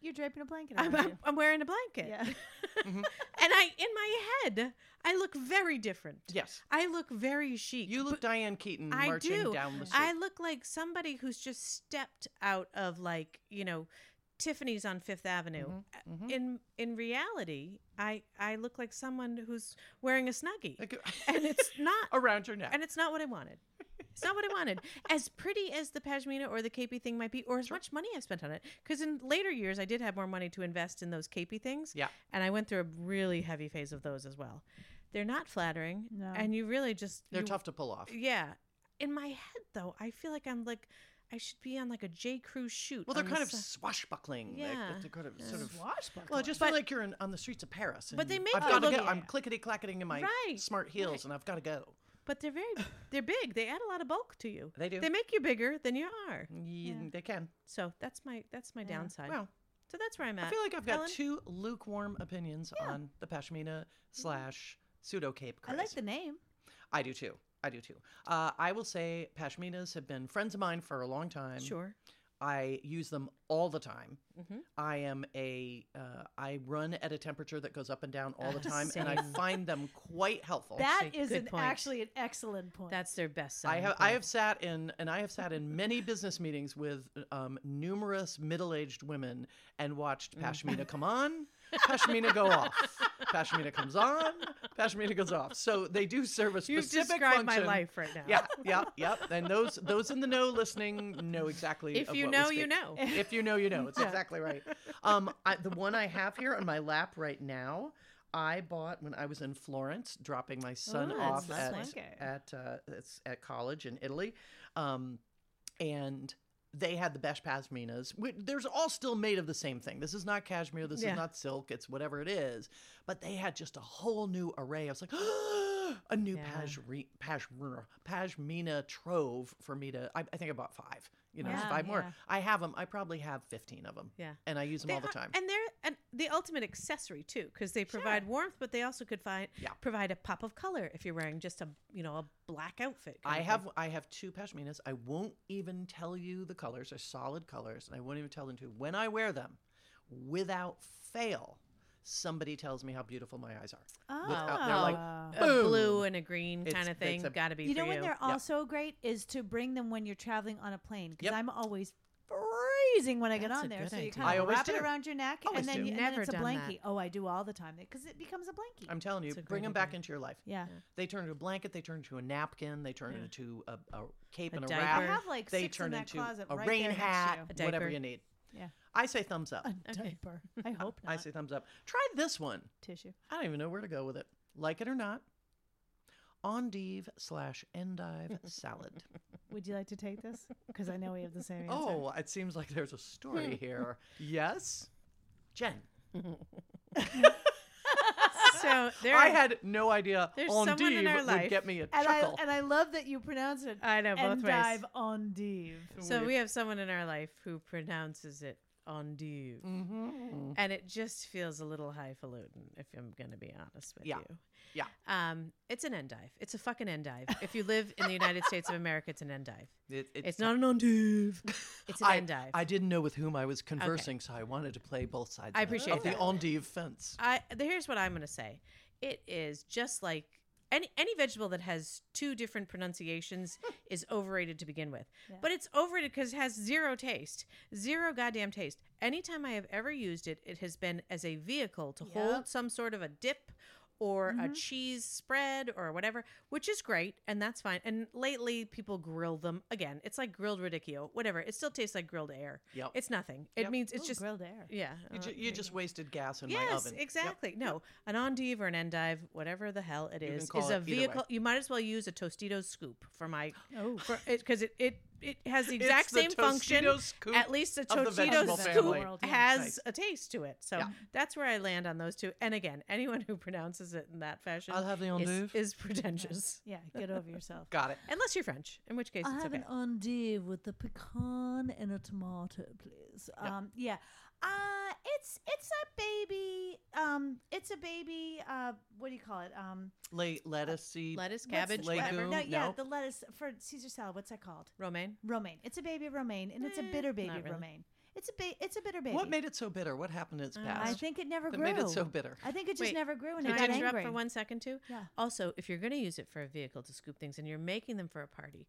Speaker 1: You're draping a blanket.
Speaker 2: [LAUGHS] I'm,
Speaker 1: over
Speaker 2: I'm,
Speaker 1: you.
Speaker 2: I'm wearing a blanket.
Speaker 1: Yeah.
Speaker 2: and I, in my head, I look very different.
Speaker 3: Yes.
Speaker 2: I look very chic.
Speaker 3: You look
Speaker 2: but
Speaker 3: Diane Keaton
Speaker 2: I
Speaker 3: marching
Speaker 2: do.
Speaker 3: down the street.
Speaker 2: I look like somebody who's just stepped out of like you know Tiffany's on Fifth Avenue.
Speaker 3: Mhm,
Speaker 2: Uh,
Speaker 3: mhm.
Speaker 2: In in reality, I I look like someone who's wearing a snuggie,
Speaker 3: Like,
Speaker 2: and it's not
Speaker 3: [LAUGHS] around your neck.
Speaker 2: and it's not what I wanted. It's not what I
Speaker 3: [LAUGHS]
Speaker 2: wanted. As pretty as the pashmina or the capey thing might be, or as much money I've spent on it, because in later years I did have more money to invest in those capey things.
Speaker 3: Yeah.
Speaker 2: and I went through a really heavy phase of those as well. They're not flattering,
Speaker 1: No.
Speaker 2: and you really just
Speaker 3: They're
Speaker 2: you-
Speaker 3: tough to pull off.
Speaker 2: Yeah, in my head though, I feel like I'm like I should be on like a J Crew shoot.
Speaker 3: Well, they're
Speaker 2: on the
Speaker 3: kind of
Speaker 2: si-
Speaker 3: swashbuckling. Like,
Speaker 2: Yeah.
Speaker 3: they're kind of
Speaker 2: Yeah.
Speaker 3: sort of.
Speaker 2: [LAUGHS]
Speaker 1: Swashbuckling.
Speaker 3: Well, I just
Speaker 2: But-
Speaker 3: feel like you're in, on the streets of Paris.
Speaker 2: But they
Speaker 3: and
Speaker 2: make
Speaker 3: I've
Speaker 1: you
Speaker 3: gotta
Speaker 1: look-
Speaker 3: go. I'm clickety clacketing in my
Speaker 2: Right,
Speaker 3: smart heels,
Speaker 2: right.
Speaker 3: and I've got to go.
Speaker 2: but they're very they're big. They add a lot of bulk to you.
Speaker 3: They do.
Speaker 2: They make you bigger than you are.
Speaker 3: Ye-
Speaker 1: Yeah.
Speaker 3: They can.
Speaker 2: So that's my that's my
Speaker 1: Yeah.
Speaker 2: downside.
Speaker 3: Well,
Speaker 2: so that's where I'm at.
Speaker 3: I feel like I've got
Speaker 2: Uh, Ellen?
Speaker 3: two lukewarm opinions
Speaker 1: Yeah.
Speaker 3: on the pashmina
Speaker 2: Mm-hmm.
Speaker 3: slash pseudo cape.
Speaker 1: I like the name.
Speaker 3: I do too. I do too. Uh, I will say pashminas have been friends of mine for a long time.
Speaker 2: sure.
Speaker 3: I use them all the time.
Speaker 2: Mhm.
Speaker 3: I am a uh, I run at a temperature that goes up and down all the
Speaker 2: Uh,
Speaker 3: time, and I
Speaker 2: [LAUGHS] same.
Speaker 3: find them quite helpful.
Speaker 1: That
Speaker 2: actually,
Speaker 1: is
Speaker 2: good
Speaker 1: an,
Speaker 2: point.
Speaker 1: actually an excellent point. [LAUGHS]
Speaker 2: That's their best
Speaker 3: I
Speaker 2: selling
Speaker 3: have I
Speaker 2: point.
Speaker 3: have sat in and I have sat in many business meetings with um, numerous middle aged women and watched
Speaker 2: Mm. [LAUGHS]
Speaker 3: pashmina come on, pashmina go off, pashmina comes on, pashmina goes off. So they do serve a
Speaker 2: You've
Speaker 3: specific
Speaker 2: described my
Speaker 3: function.
Speaker 2: life right now.
Speaker 3: Yeah, yeah, yeah. And those those in the know listening know exactly.
Speaker 2: If
Speaker 3: of
Speaker 2: you
Speaker 3: what we
Speaker 2: know, you
Speaker 3: speak.
Speaker 2: know.
Speaker 3: [LAUGHS] If you know, you know. It's exactly right. Um, I, the one I have here on my lap right now, I bought when I was in Florence, dropping my son
Speaker 1: Oh,
Speaker 2: Ooh,
Speaker 3: off
Speaker 2: that's
Speaker 3: at
Speaker 2: lovely.
Speaker 3: at uh, it's at college in Italy, um, and. They had the best pashminas. We- There's all still made of the same thing. This is not cashmere. This
Speaker 2: Yeah.
Speaker 3: is not silk. It's whatever it is. But they had just a whole new array. I was like, [GASPS] a new
Speaker 2: Yeah.
Speaker 3: pashmina, pashmina, pashmina trove for me to. I, I think I bought five. You know,
Speaker 1: Wow,
Speaker 3: five more.
Speaker 2: yeah.
Speaker 3: I have them. I probably have 15 of them.
Speaker 2: Yeah.
Speaker 3: And I use them
Speaker 2: They
Speaker 3: all the
Speaker 2: are-
Speaker 3: time.
Speaker 2: and they're and the ultimate accessory too, because they provide warmth, but they also could find
Speaker 3: Yeah.
Speaker 2: provide a pop of color if you're wearing just a you know a black outfit. kind
Speaker 3: I
Speaker 2: of
Speaker 3: have I have two pashminas. I won't even tell you the colors. They're solid colors, and I won't even tell them to. When I wear them, without fail, somebody tells me how beautiful my eyes are.
Speaker 1: oh.
Speaker 3: without- they're like,
Speaker 2: thing. a blue and a green
Speaker 3: It's-
Speaker 2: kind of
Speaker 3: it's
Speaker 2: thing.
Speaker 3: a-
Speaker 2: Got to be
Speaker 1: you know
Speaker 2: for
Speaker 1: when
Speaker 2: you.
Speaker 1: they're also great is to bring them when you're traveling on a plane because
Speaker 3: Yep.
Speaker 1: I'm always using when I get
Speaker 2: That's
Speaker 1: on
Speaker 2: a
Speaker 1: there.
Speaker 2: good
Speaker 1: So you
Speaker 2: idea.
Speaker 1: kind
Speaker 3: I
Speaker 1: of
Speaker 3: always
Speaker 1: wrap
Speaker 3: do.
Speaker 1: it around your neck,
Speaker 3: Always
Speaker 1: and then
Speaker 3: do.
Speaker 1: you, and
Speaker 2: Never
Speaker 1: then it's a
Speaker 2: done that.
Speaker 1: blankie. Oh, I do all the time because it becomes a blankie.
Speaker 3: I'm telling you,
Speaker 2: It's a
Speaker 3: bring
Speaker 2: great
Speaker 3: them back
Speaker 2: idea.
Speaker 3: into your life.
Speaker 1: yeah.
Speaker 3: They turn into a blanket. They turn into a napkin. They turn
Speaker 2: Yeah.
Speaker 3: into a, a cape
Speaker 2: A
Speaker 3: and a
Speaker 2: diaper.
Speaker 1: I
Speaker 2: Or
Speaker 3: wrap.
Speaker 1: have like
Speaker 3: They
Speaker 1: six
Speaker 3: turn
Speaker 1: in that
Speaker 3: into
Speaker 1: closet
Speaker 3: a
Speaker 1: right
Speaker 3: rain
Speaker 1: there
Speaker 3: hat,
Speaker 2: [LAUGHS]
Speaker 1: Next
Speaker 2: you. A
Speaker 3: whatever
Speaker 2: diaper.
Speaker 3: you need.
Speaker 1: Yeah.
Speaker 3: I say thumbs up.
Speaker 1: to you. A
Speaker 2: Okay.
Speaker 1: diaper. [LAUGHS] I hope not.
Speaker 3: I say thumbs up. Try this one.
Speaker 1: tissue.
Speaker 3: I don't even know where to go with it. Like it or not, endive slash endive salad.
Speaker 1: Would you like to take this? Because I know we have the same answer.
Speaker 3: [LAUGHS] oh, it seems like there's a story here. Yes, Hmm. Jen.
Speaker 2: [LAUGHS]
Speaker 3: [LAUGHS]
Speaker 2: so there
Speaker 3: I
Speaker 2: are-
Speaker 3: had no idea
Speaker 2: there's someone in
Speaker 3: endive
Speaker 2: our
Speaker 3: would
Speaker 2: life.
Speaker 3: get me a
Speaker 1: and
Speaker 3: chuckle.
Speaker 1: I and I love that you pronounce it.
Speaker 2: I know both
Speaker 1: and dive
Speaker 2: ways.
Speaker 1: on Dave.
Speaker 2: So we have someone in our life who pronounces it endive.
Speaker 3: Mhm.
Speaker 2: and it just feels a little highfalutin if i'm going to be honest with
Speaker 3: Yeah.
Speaker 2: you
Speaker 3: Yeah.
Speaker 2: um it's an endive it's a fucking endive if you live in the united states of america it's an endive
Speaker 3: It-
Speaker 2: it's, not an
Speaker 3: [LAUGHS]
Speaker 2: endive it's an
Speaker 3: I,
Speaker 2: endive
Speaker 3: I didn't know with whom I was conversing, so I wanted to play both sides.
Speaker 2: I
Speaker 3: of it-
Speaker 2: appreciate
Speaker 3: of the
Speaker 2: that. Uh,
Speaker 3: endive fence.
Speaker 2: I th- here's what I'm going to say. It is just like any any vegetable that has two different
Speaker 3: [LAUGHS]
Speaker 2: pronunciations is overrated to begin with.
Speaker 1: Yeah.
Speaker 2: But it's overrated because it has zero taste, zero goddamn taste. Anytime I have ever used it, it has been as a vehicle to
Speaker 1: Yep.
Speaker 2: hold some sort of a dip or a
Speaker 3: Mm-hmm.
Speaker 1: Mhm.
Speaker 2: cheese spread or whatever, which is great and that's fine. And lately people grill them again. It's like grilled radicchio, whatever. It still tastes like grilled air.
Speaker 3: Yep.
Speaker 2: It's nothing. It
Speaker 3: Yep.
Speaker 2: means it's
Speaker 1: Ooh,
Speaker 2: just
Speaker 1: grilled
Speaker 3: [LAUGHS]
Speaker 1: air.
Speaker 2: yeah.
Speaker 3: you,
Speaker 2: uh,
Speaker 3: ju- you just wasted gas in
Speaker 2: yes,
Speaker 3: my oven. Yep.
Speaker 2: exactly. No, an endive or an endive, whatever the hell it
Speaker 3: You can
Speaker 2: is,
Speaker 3: call
Speaker 2: is
Speaker 3: it
Speaker 2: a
Speaker 3: either way.
Speaker 2: vehicle. You might as well use a Tostitos scoop for my,
Speaker 1: Oh,
Speaker 3: [SIGHS]
Speaker 2: for because it, it it has the
Speaker 3: It's
Speaker 2: exact
Speaker 3: the
Speaker 2: same function.
Speaker 3: Tostitos scoop
Speaker 2: At least a
Speaker 3: of the vegetable
Speaker 2: Tostitos scoop
Speaker 3: family.
Speaker 1: World, yeah.
Speaker 2: has
Speaker 3: Nice.
Speaker 2: a taste to it. So
Speaker 3: Yeah.
Speaker 2: that's where I land on those two. And again, anyone who pronounces it in that fashion
Speaker 3: I'll have the
Speaker 2: is,
Speaker 3: endive.
Speaker 2: is
Speaker 3: [LAUGHS]
Speaker 2: pretentious.
Speaker 1: yeah. Get over yourself.
Speaker 3: Got it.
Speaker 2: Unless you're French, in which case
Speaker 1: I
Speaker 2: it's
Speaker 1: have
Speaker 2: okay.
Speaker 1: an endive with a pecan and a tomato, please. Um, yeah. Uh, it's it's a baby. Um, it's a baby. Uh, what do you call it? Um,
Speaker 3: Late lettuce
Speaker 2: Lettuce,
Speaker 1: what's the-
Speaker 2: cabbage,
Speaker 3: Legume?
Speaker 2: whatever.
Speaker 1: No, yeah,
Speaker 3: no.
Speaker 1: the lettuce for Caesar salad. What's that called?
Speaker 2: Romaine.
Speaker 1: Romaine. It's a baby romaine, and it's a
Speaker 2: Eh,
Speaker 1: bitter
Speaker 2: not
Speaker 1: baby
Speaker 2: really.
Speaker 1: romaine. It's a ba- It's a bitter baby.
Speaker 3: What made it so bitter? What happened in its
Speaker 2: Uh,
Speaker 1: I
Speaker 3: past
Speaker 1: think it never
Speaker 3: that
Speaker 1: grew.
Speaker 3: made it so bitter?
Speaker 1: I think it just
Speaker 2: Wait,
Speaker 1: never grew, and
Speaker 2: Can
Speaker 1: it
Speaker 2: I
Speaker 1: got
Speaker 2: interrupt
Speaker 1: angry.
Speaker 2: for one second too?
Speaker 1: Yeah.
Speaker 2: Also, if you're going to use it for a vehicle to scoop things and you're making them for a party,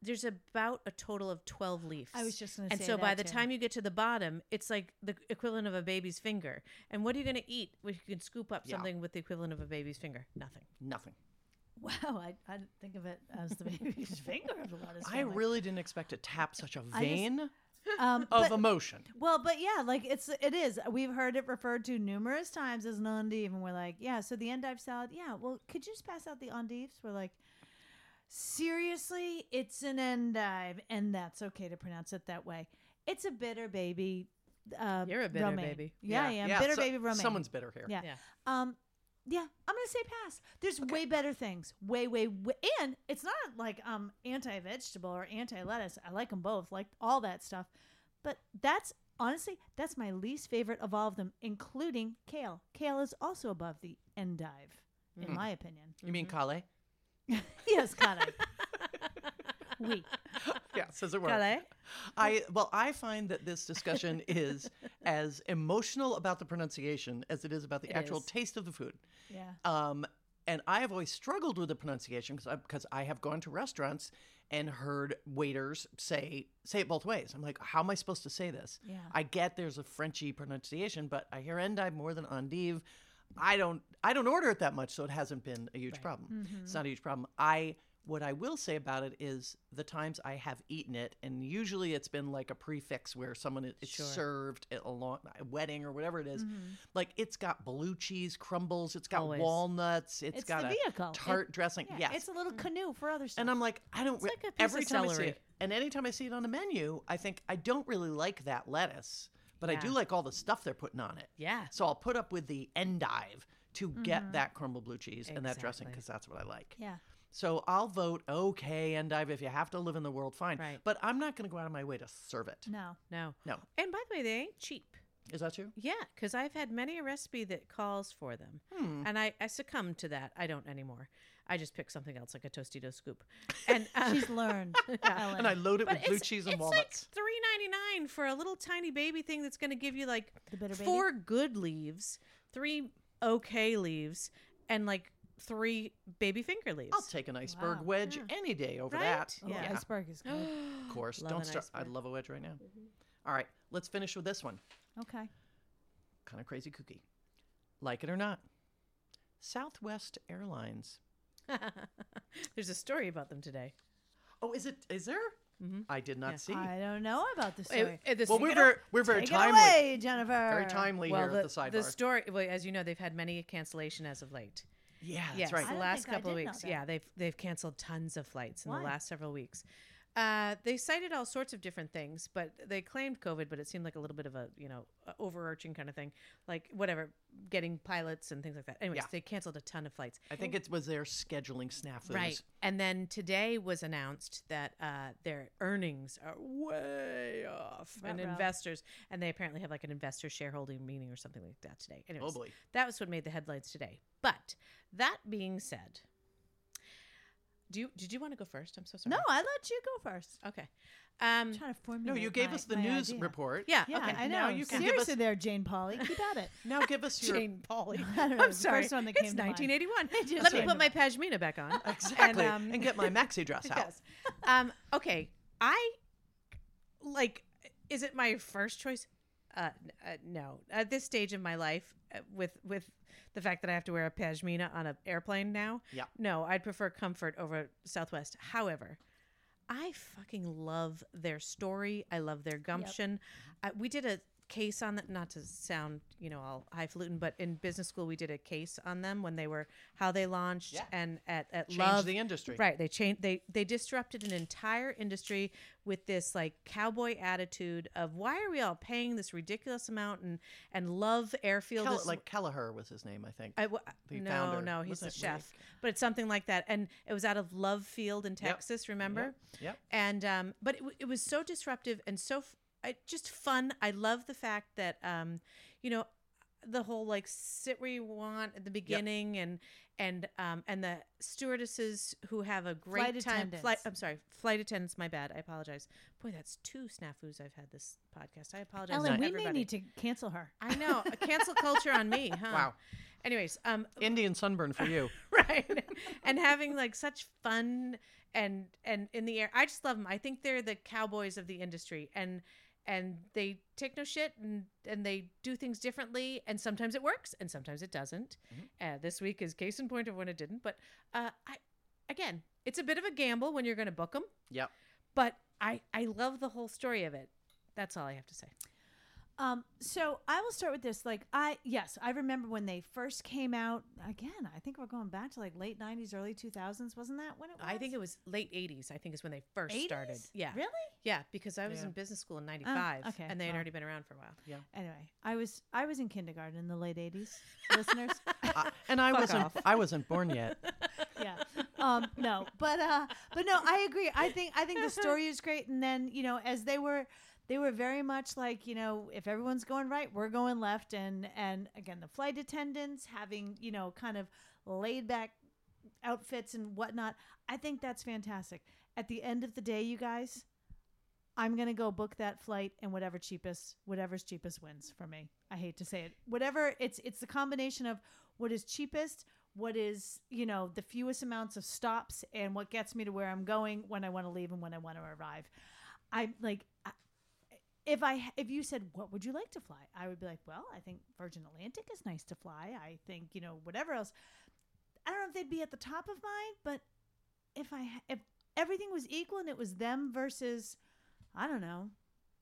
Speaker 2: there's about a total of 12 leaves.
Speaker 1: I was just going to
Speaker 2: and
Speaker 1: say
Speaker 2: so by
Speaker 1: that,
Speaker 2: the
Speaker 1: too.
Speaker 2: time you get to the bottom, it's like the equivalent of a baby's finger. And what are you going to eat if you can scoop up
Speaker 3: Yeah.
Speaker 2: something with the equivalent of a baby's finger? Nothing.
Speaker 3: Nothing.
Speaker 1: [LAUGHS] Wow, I, I didn't think of it as the baby's [LAUGHS] finger of the lettuce.
Speaker 3: I
Speaker 1: family.
Speaker 3: really didn't expect to tap such a
Speaker 1: I just-
Speaker 3: vein
Speaker 2: [LAUGHS]
Speaker 1: um,
Speaker 3: of
Speaker 1: but-
Speaker 3: emotion.
Speaker 1: Well, but yeah, like it's it is. We've heard it referred to numerous times as an endive, and we're like, yeah. So the endive salad, yeah. Well, could you just pass out the endives? We're like, seriously, it's an endive, and that's okay to pronounce it that way. It's a bitter baby. Uh,
Speaker 2: You're a bitter
Speaker 1: romaine.
Speaker 2: baby.
Speaker 1: Yeah, yeah, bitter
Speaker 3: so-
Speaker 1: baby romaine.
Speaker 3: Someone's bitter here.
Speaker 1: Yeah.
Speaker 2: Yeah.
Speaker 1: Um, yeah, I'm gonna say pass. There's way better things. Way, way, way, and it's not like um anti-vegetable or anti-lettuce. I like them both, like all that stuff. But that's honestly that's my least favorite of all of them, including kale. Kale is also above the endive, in
Speaker 3: Mm.
Speaker 1: my opinion. [LAUGHS]
Speaker 3: You mean Kale?
Speaker 1: yes, kind [LAUGHS] We
Speaker 3: yes, as it were.
Speaker 2: Calais?
Speaker 3: I well, I find that this
Speaker 1: [LAUGHS]
Speaker 3: discussion is as emotional about the pronunciation as it is about the
Speaker 2: It
Speaker 3: actual
Speaker 2: is.
Speaker 3: taste of the food.
Speaker 1: yeah.
Speaker 3: Um, and I have always struggled with the pronunciation because because I, have gone to restaurants and heard waiters say say it both ways. I'm like, how am I supposed to say this?
Speaker 1: Yeah.
Speaker 3: I get there's a Frenchy pronunciation, but I hear endive more than endive. I don't I don't order it that much, so it hasn't been a huge
Speaker 2: Right.
Speaker 3: problem.
Speaker 1: Mm-hmm.
Speaker 3: It's not a huge problem. I what I will say about it is the times I have eaten it, and usually it's been like a prefix where someone it- it's
Speaker 2: Sure.
Speaker 3: served at a, long, a wedding or whatever it is.
Speaker 1: Mm-hmm.
Speaker 3: Like it's got blue cheese crumbles, it's got
Speaker 2: Always.
Speaker 3: walnuts, it's
Speaker 1: It's
Speaker 3: got
Speaker 1: the
Speaker 3: a
Speaker 1: vehicle. It-
Speaker 3: tart dressing.
Speaker 1: yeah,
Speaker 3: yes,
Speaker 1: it's a little canoe for other stuff.
Speaker 3: and I'm like, I don't. re-
Speaker 2: like a piece
Speaker 3: every
Speaker 2: of
Speaker 3: time I see
Speaker 2: celery.
Speaker 3: it, and anytime I see it on the menu, I think I don't really like that lettuce, but I do
Speaker 2: Yeah.
Speaker 3: like all the stuff they're putting on it.
Speaker 2: Yeah.
Speaker 3: So I'll put up with the endive to get that crumble blue cheese and that dressing
Speaker 2: Mm-hmm. Exactly.
Speaker 3: because that's what I like.
Speaker 1: yeah.
Speaker 3: So I'll vote okay, endive. If you have to live in the world, fine.
Speaker 2: Right.
Speaker 3: But I'm not going to go out of my way to serve it.
Speaker 1: No.
Speaker 2: No.
Speaker 3: No.
Speaker 2: And by the way, they ain't cheap.
Speaker 3: Is that true?
Speaker 2: Yeah, because I've had many a recipe that calls for them,
Speaker 3: Hmm.
Speaker 2: and I, I succumb to that. I don't anymore. I just pick something else, like a Tostito
Speaker 3: [LAUGHS]
Speaker 2: scoop, and uh, [LAUGHS]
Speaker 1: She's [LAUGHS] learned. Ellen.
Speaker 3: And I load it
Speaker 2: but
Speaker 3: with blue
Speaker 2: it's-
Speaker 3: cheese and
Speaker 2: it's
Speaker 3: walnuts.
Speaker 2: like three ninety nine for a little tiny baby thing that's going to give you like
Speaker 1: the bitter baby.
Speaker 2: four good leaves, three okay leaves, and like three baby finger leaves. [GASPS]
Speaker 3: I'll take an iceberg
Speaker 1: Wow.
Speaker 3: wedge
Speaker 1: Yeah.
Speaker 3: any day over
Speaker 2: Right?
Speaker 3: that.
Speaker 2: Oh, Yeah.
Speaker 1: iceberg is
Speaker 3: [GASPS]
Speaker 1: good.
Speaker 3: Of course.
Speaker 2: Love
Speaker 3: Don't
Speaker 2: an
Speaker 3: start. I'd
Speaker 2: iceberg. Mm-hmm.
Speaker 3: love a wedge right now. All right, let's finish with this one.
Speaker 1: okay.
Speaker 3: Kind of crazy kooky. Like it or not, Southwest Airlines.
Speaker 2: [LAUGHS] There's a story about them today.
Speaker 3: Oh, is it? Is there? I did not
Speaker 2: Yeah.
Speaker 3: see.
Speaker 1: I don't know about the story.
Speaker 2: Uh, uh, this-
Speaker 3: well,
Speaker 2: you
Speaker 3: we're
Speaker 2: gotta-
Speaker 3: very, we're very
Speaker 1: Take
Speaker 3: timely.
Speaker 1: it away, Jennifer.
Speaker 3: Very timely
Speaker 2: well,
Speaker 3: here
Speaker 2: the,
Speaker 3: at the sidebar.
Speaker 2: the story. Well, as you know, they've had many cancellation as of late.
Speaker 3: yeah, that's
Speaker 2: yes,
Speaker 3: right.
Speaker 1: I
Speaker 2: the
Speaker 1: don't
Speaker 2: last
Speaker 1: think I
Speaker 2: couple of
Speaker 1: did know
Speaker 2: weeks.
Speaker 1: that.
Speaker 2: Yeah, they've they've canceled tons of flights in
Speaker 1: Why?
Speaker 2: the last several weeks. Uh, they cited all sorts of different things, but they claimed COVID. But it seemed like a little bit of a you know a- overarching kind of thing, like whatever, getting pilots and things like that. Anyways,
Speaker 3: Yeah.
Speaker 2: they canceled a ton of flights.
Speaker 3: I think it was their scheduling snafu.
Speaker 2: Right. And then today was announced that uh, their earnings are way off, and
Speaker 1: Ruh-roh.
Speaker 2: investors, and they apparently have like an investor shareholding meeting or something like that today. Anyways,
Speaker 3: Oh boy.
Speaker 2: that was what made the headlines today. But that being said, do you, did you want to go first? I'm so sorry.
Speaker 1: No, I let you go first.
Speaker 2: Okay. Um,
Speaker 1: I'm trying to formulate.
Speaker 3: No, you gave
Speaker 1: my-
Speaker 3: us the
Speaker 1: my
Speaker 3: news
Speaker 1: idea.
Speaker 3: report.
Speaker 2: yeah.
Speaker 1: Yeah,
Speaker 2: okay.
Speaker 1: I know.
Speaker 3: now you can give
Speaker 1: Seriously,
Speaker 3: us-
Speaker 1: there, Jane Polly, keep at
Speaker 3: [LAUGHS]
Speaker 1: it.
Speaker 3: Now
Speaker 2: [LAUGHS]
Speaker 3: give us your
Speaker 2: Jane Pauley.
Speaker 1: I don't know, [LAUGHS]
Speaker 2: I'm
Speaker 1: the
Speaker 2: sorry.
Speaker 1: first one that
Speaker 2: it's
Speaker 1: came to mind. [LAUGHS]
Speaker 2: 1981.
Speaker 1: just
Speaker 2: Let me
Speaker 1: came
Speaker 2: put
Speaker 1: to
Speaker 2: my pashmina
Speaker 1: [LAUGHS]
Speaker 2: back on.
Speaker 3: exactly and,
Speaker 2: um,
Speaker 3: get my maxi dress
Speaker 2: [LAUGHS]
Speaker 3: out.
Speaker 2: Yes. Um, okay. I like. Is it my first choice? Uh, n- uh, no. At this stage of my life, uh, with with the fact that I have to wear a pashmina on an airplane now,
Speaker 3: Yeah.
Speaker 2: No, I'd prefer comfort over Southwest. However, I fucking love their story. I love their gumption. I, we did a case on that. Not to sound, you know, all highfalutin, but in business school, we did a case on them when they were how they launched
Speaker 3: Yeah.
Speaker 2: and at at
Speaker 3: Change
Speaker 2: love
Speaker 3: the industry.
Speaker 2: Right. They changed they they disrupted an entire industry with this like cowboy attitude of why are we all paying this ridiculous amount and and love airfield
Speaker 3: Kel-
Speaker 2: is-
Speaker 3: like Kelleher was his name, I think.
Speaker 2: I, wa-
Speaker 3: the
Speaker 2: Uh, no,
Speaker 3: founder.
Speaker 2: no, he's
Speaker 3: Wasn't
Speaker 2: a
Speaker 3: it
Speaker 2: chef, but it's something like that. And it was out of Love Field in Texas, remember?
Speaker 3: Yep.
Speaker 2: and um, but it, w- it was so disruptive and so f- I, just fun. I love the fact that um, you know the whole like sit where you want at the beginning and and um, and the stewardesses who have a great
Speaker 1: Flight
Speaker 2: time. Flight,
Speaker 1: attendants.
Speaker 2: I'm sorry, flight attendants. My bad. I apologize. Boy, that's two snafus I've had this podcast. I apologize.
Speaker 1: Ellen,
Speaker 2: to
Speaker 1: we may
Speaker 2: everybody.
Speaker 1: need to cancel her.
Speaker 2: I know a cancel culture
Speaker 1: [LAUGHS]
Speaker 2: on me, huh?
Speaker 3: Wow.
Speaker 2: Anyways, um,
Speaker 3: Indian sunburn
Speaker 2: [LAUGHS]
Speaker 3: for you.
Speaker 2: right and having like such fun and and in the air i just love them i think they're the cowboys of the industry and and they take no shit and and they do things differently and sometimes it works and sometimes it doesn't uh, this week is case in point of when it didn't but uh i again it's a bit of a gamble when you're going to book them
Speaker 3: Yep.
Speaker 2: but i i love the whole story of it that's all i have to say
Speaker 1: Um, so I will start with this. Like I, yes, I remember when they first came out. Again, I think we're going back to like late '90s, early 2000s. Wasn't that when it was?
Speaker 2: i think it was late 80s i think is when they first started
Speaker 1: 80s?
Speaker 2: yeah
Speaker 1: Really?
Speaker 2: yeah because i was
Speaker 3: Yeah.
Speaker 2: in business school in 95
Speaker 1: Oh, okay.
Speaker 2: and they had
Speaker 1: Wow.
Speaker 2: already been around for a while
Speaker 1: Anyway, I was I was in kindergarten in the late '80s. [LAUGHS] listeners,
Speaker 3: I- and I
Speaker 2: Fuck
Speaker 3: wasn't
Speaker 2: off.
Speaker 3: I wasn't born yet.
Speaker 1: [LAUGHS]
Speaker 2: [LAUGHS]
Speaker 1: yeah um no but uh but no i agree i think i think the story is great and then you know as they were they were very much like you know if everyone's going right we're going left and and again the flight attendants having you know kind of laid back outfits and whatnot i think that's fantastic at the end of the day you guys i'm gonna go book that flight and whatever cheapest whatever's cheapest wins for me i hate to say it whatever it's it's the combination of what is cheapest what is you know the fewest amounts of stops and what gets me to where i'm going when i want to leave and when i want to arrive i'm like I- if i if you said what would you like to fly i would be like well i think virgin atlantic is nice to fly i think you know whatever else i don't know if they'd be at the top of mine but if i ha- if everything was equal and it was them versus i don't know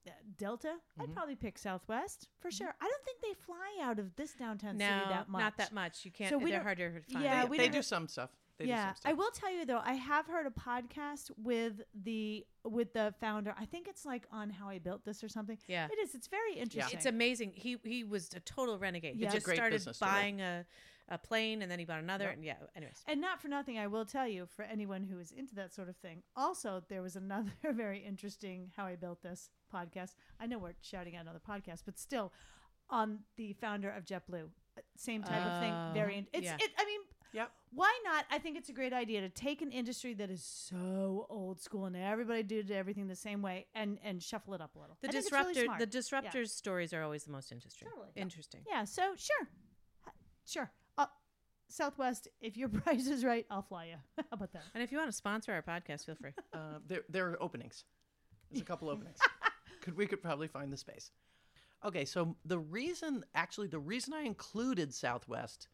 Speaker 1: uh, Delta, I'd
Speaker 2: Mm-hmm.
Speaker 3: Mhm.
Speaker 1: probably pick Southwest for sure. I don't think they fly out of this downtown
Speaker 2: no,
Speaker 1: city that much.
Speaker 2: not that much. You can't.
Speaker 1: So we
Speaker 2: they're
Speaker 1: don't-
Speaker 2: harder to find.
Speaker 1: Yeah,
Speaker 3: they
Speaker 1: we
Speaker 3: they
Speaker 1: don't-
Speaker 3: do some stuff. They
Speaker 1: yeah,
Speaker 3: do
Speaker 1: I
Speaker 3: some stuff.
Speaker 1: will tell you though, I have heard a podcast with the with the founder. I think it's like on how I built this or something.
Speaker 2: Yeah.
Speaker 1: It is. It's very interesting.
Speaker 2: It's amazing. He he was a total renegade.
Speaker 1: Yeah. It's
Speaker 2: He
Speaker 1: a
Speaker 2: just
Speaker 3: great
Speaker 2: started
Speaker 3: business story.
Speaker 2: buying a, a plane and then he bought another. And yeah, anyways.
Speaker 1: and not for nothing, I will tell you for anyone who is into that sort of thing. Also, there was another [LAUGHS] very interesting how I built this podcast. I know we're shouting out another podcast, but still, on the founder of JetBlue, same type of thing.
Speaker 2: Oh.
Speaker 1: Very. In- it's.
Speaker 2: Yeah.
Speaker 1: It, I mean,
Speaker 3: Yep.
Speaker 1: why not? I think it's a great idea to take an industry that is so old school and everybody did everything the same way and and shuffle it up a little.
Speaker 2: The
Speaker 1: I think it's really
Speaker 2: disruptor,
Speaker 1: smart.
Speaker 2: the disruptors' stories are always the most interesting.
Speaker 1: Totally. Yeah.
Speaker 2: Interesting.
Speaker 1: yeah. So sure, sure. Uh, Southwest, if your [LAUGHS] price is right, I'll fly you. [LAUGHS] How about that?
Speaker 2: And if you want to sponsor our podcast,
Speaker 1: [LAUGHS]
Speaker 2: feel free.
Speaker 3: Uh, there, there are openings. There's a couple openings. Could we could probably find the space. Okay, so the reason, actually, the reason I included Southwest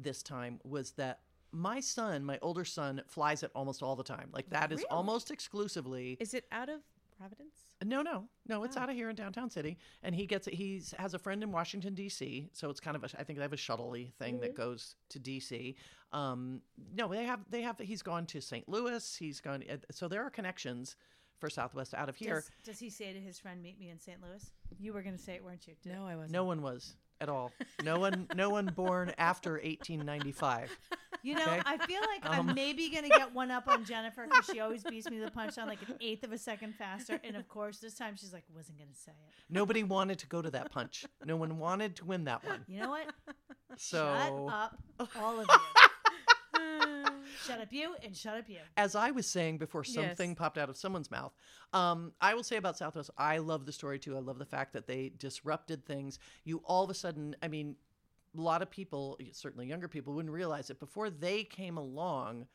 Speaker 3: this time was that my son, my older son, flies it almost all the time. Like that is
Speaker 2: Really?
Speaker 3: almost exclusively.
Speaker 2: Is it out of Providence?
Speaker 3: No, no, no. It's
Speaker 2: Oh.
Speaker 3: out of here in downtown city, and he gets he's has a friend in Washington D.C. So it's kind of a I think they have a shuttley thing that goes to D.C. Um, no, they have they have he's gone to St. Louis. He's gone. uh, So there are connections for Southwest out of here.
Speaker 1: Does, does he say to his friend, "Meet me in St. Louis"? You were going to say it, weren't you? [LAUGHS] Did-
Speaker 2: No, I wasn't.
Speaker 3: No one was at all. No one. No one born after 1895.
Speaker 1: You know,
Speaker 3: Okay.
Speaker 1: I feel like
Speaker 3: Um.
Speaker 1: I'm maybe going to get one up on Jennifer because she always beats me to the punchline like an eighth of a second faster. And of course, this time she's like, "Wasn't going to say it."
Speaker 3: Nobody wanted to go to that punch. No one wanted to win that one.
Speaker 1: You know what?
Speaker 3: [LAUGHS] So
Speaker 1: Shut up, all of
Speaker 3: [LAUGHS]
Speaker 1: you.
Speaker 2: Ah.
Speaker 1: shut up, you, and shut up, you.
Speaker 3: as I was saying before
Speaker 2: Yes.
Speaker 3: something popped out of someone's mouth, um, I will say about Southwest, I love the story too. I love the fact that they disrupted things. You all of a sudden, I mean, a lot of people, certainly younger people, wouldn't realize it. Before they came along,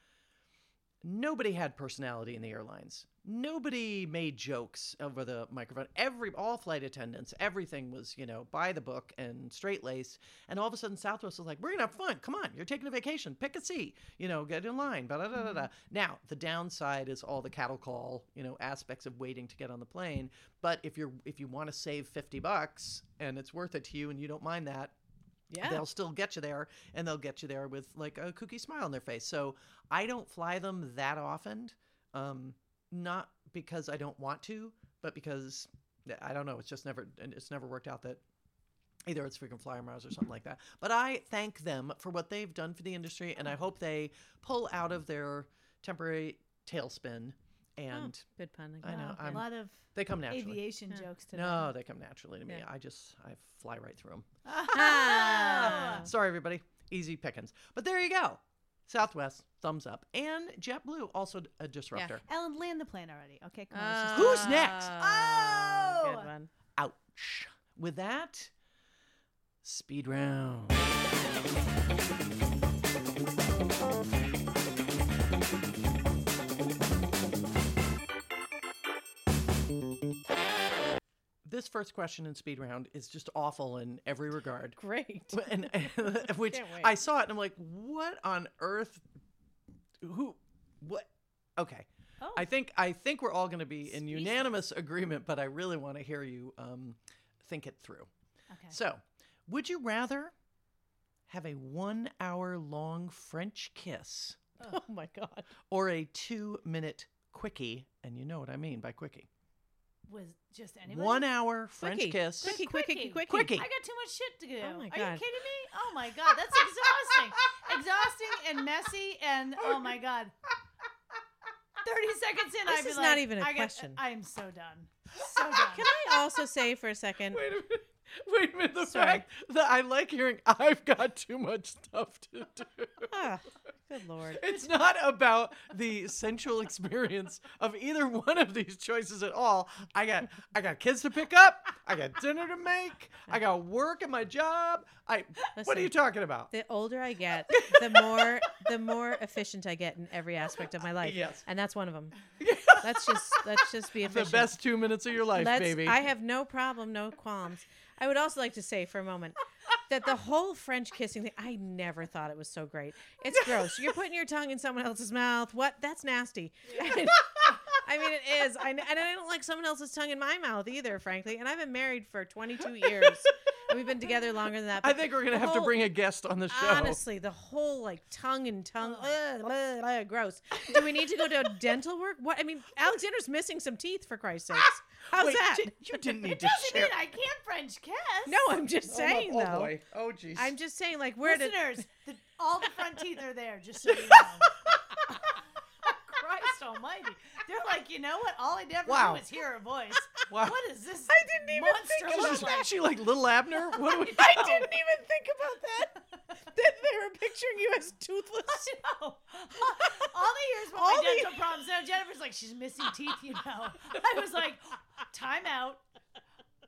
Speaker 3: nobody had personality in the airlines. Nobody made jokes over the microphone. Every all flight attendants, everything was you know by the book and straight laced. And all of a sudden, Southwest was like, "We're gonna have fun. Come on, you're taking a vacation. Pick a seat. You know, get in line." Da da da da. da. Now the downside is all the cattle call you know aspects of waiting to get on the plane. But if you're if you want to save fifty bucks and it's worth it to you and you don't mind that,
Speaker 2: Yeah.
Speaker 3: they'll still get you there and they'll get you there with like a kooky smile on their face so i don't fly them that often um not because i don't want to but because i don't know it's just never and it's never worked out that either it's freaking flyer miles or something like that but i thank them for what they've done for the industry and i hope they pull out of their temporary tailspin and
Speaker 2: Good pun.
Speaker 3: I know,
Speaker 1: Wow,
Speaker 3: I'm-
Speaker 1: Oh, a lot of
Speaker 3: they come naturally
Speaker 1: aviation
Speaker 2: Yeah.
Speaker 1: jokes today.
Speaker 3: no
Speaker 1: [LAUGHS]
Speaker 3: they come naturally to me
Speaker 2: Yeah.
Speaker 3: i just i fly right through them
Speaker 1: Ah.
Speaker 3: Sorry, everybody. Easy pickings. But there you go. Southwest, thumbs up. And JetBlue, also d- a disruptor.
Speaker 1: Ellen, land the plane already. Okay, come on. let's just-
Speaker 2: Oh,
Speaker 3: Who's next?
Speaker 2: Good
Speaker 1: Oh!
Speaker 2: one.
Speaker 3: Ouch. With that, speed round. This first question in speed round is just awful in every regard. [LAUGHS]
Speaker 2: Great.
Speaker 3: and, and- which
Speaker 2: Can't wait.
Speaker 3: I saw it and I'm like, what on earth? Who? What? Okay.
Speaker 1: Oh.
Speaker 3: I think I think we're all going to be in unanimous agreement, but I really want to hear you um, think it through.
Speaker 1: okay.
Speaker 3: So, would you rather have a one-hour-long French kiss
Speaker 2: Oh my god.
Speaker 3: or a two-minute quickie? And you know what I mean by quickie.
Speaker 1: Was just anybody?
Speaker 3: One-hour French
Speaker 2: Quickie.
Speaker 3: kiss.
Speaker 2: Quickie, quickie,
Speaker 1: Quickie.
Speaker 2: quickie.
Speaker 3: Quickie.
Speaker 1: I got too much shit to do.
Speaker 2: Oh
Speaker 1: Are
Speaker 2: my
Speaker 1: you
Speaker 2: God.
Speaker 1: kidding me? Oh my god, that's
Speaker 3: [LAUGHS]
Speaker 1: exhausting. exhausting and messy and oh my god. 30 seconds in,
Speaker 2: This
Speaker 1: I'd be
Speaker 2: is
Speaker 1: like,
Speaker 2: not even a
Speaker 1: I got-
Speaker 2: question.
Speaker 1: I am so done.
Speaker 2: [LAUGHS]
Speaker 1: So done.
Speaker 2: Can I also say for a second?
Speaker 3: [LAUGHS] Wait a minute. Wait a minute. The
Speaker 2: Sorry.
Speaker 3: fact that I like hearing I've got too much stuff to do.
Speaker 2: Ah, good
Speaker 3: [LAUGHS]
Speaker 2: lord.
Speaker 3: It's not about the sensual experience of either one of these choices at all. I got I got kids to pick up. I got dinner to make. I got work at my job. I What are you
Speaker 2: Listen.
Speaker 3: talking about?
Speaker 2: The older I
Speaker 3: [LAUGHS]
Speaker 2: get, the more the more efficient I get in every aspect of my life.
Speaker 3: Yes.
Speaker 2: And that's one
Speaker 3: [LAUGHS]
Speaker 2: of them. Let's just let's just be
Speaker 3: The
Speaker 2: efficient.
Speaker 3: best 2 minutes of your life,
Speaker 2: Let's-
Speaker 3: baby.
Speaker 2: I have no problem, no qualms. I would also like to say for a moment that the whole French kissing thing, I never thought it was so great. It's gross. You're putting your tongue in someone else's mouth. What? That's nasty. I mean, it is. I, and I don't like someone else's tongue in my mouth either, frankly. And I've been married for 22 years. and we've been together longer than that.
Speaker 3: I
Speaker 2: but
Speaker 3: think we're going
Speaker 2: the
Speaker 3: to have to
Speaker 2: whole-
Speaker 3: bring a guest on the show.
Speaker 2: Honestly, the whole like tongue and tongue, ugh, ugh, ugh, gross. Do we need to go to dental work? What? I mean, Alexander's missing some teeth for Christ's sakes. How's
Speaker 3: Ah! Wait,
Speaker 2: that?
Speaker 3: di- you
Speaker 2: [LAUGHS]
Speaker 3: didn't need to
Speaker 1: Doesn't
Speaker 3: share.
Speaker 1: mean I can't French kiss.
Speaker 2: No, I'm just saying
Speaker 3: oh,
Speaker 2: though.
Speaker 3: boy. Oh jeez.
Speaker 2: I'm just saying, like, where did
Speaker 1: Listeners, the, all the front teeth are there, just so you know.
Speaker 2: [LAUGHS]
Speaker 1: Christ almighty. They're like, you know what? All I ever
Speaker 3: Wow.
Speaker 1: do is hear her voice.
Speaker 2: [LAUGHS]
Speaker 3: Wow.
Speaker 1: What is this? I
Speaker 2: Uh, didn't even
Speaker 1: monster
Speaker 2: think
Speaker 1: look
Speaker 3: Isn't
Speaker 1: like?
Speaker 3: she like Little Abner? What
Speaker 2: [LAUGHS]
Speaker 3: do [LAUGHS] we
Speaker 2: I didn't even think [LAUGHS] about that. That they were picturing you as toothless.
Speaker 1: [LAUGHS] No. All they hear is about
Speaker 2: All
Speaker 1: my
Speaker 2: they-
Speaker 1: dental [LAUGHS] problems. Now Jennifer's like, she's missing teeth, you know. I was like, time out.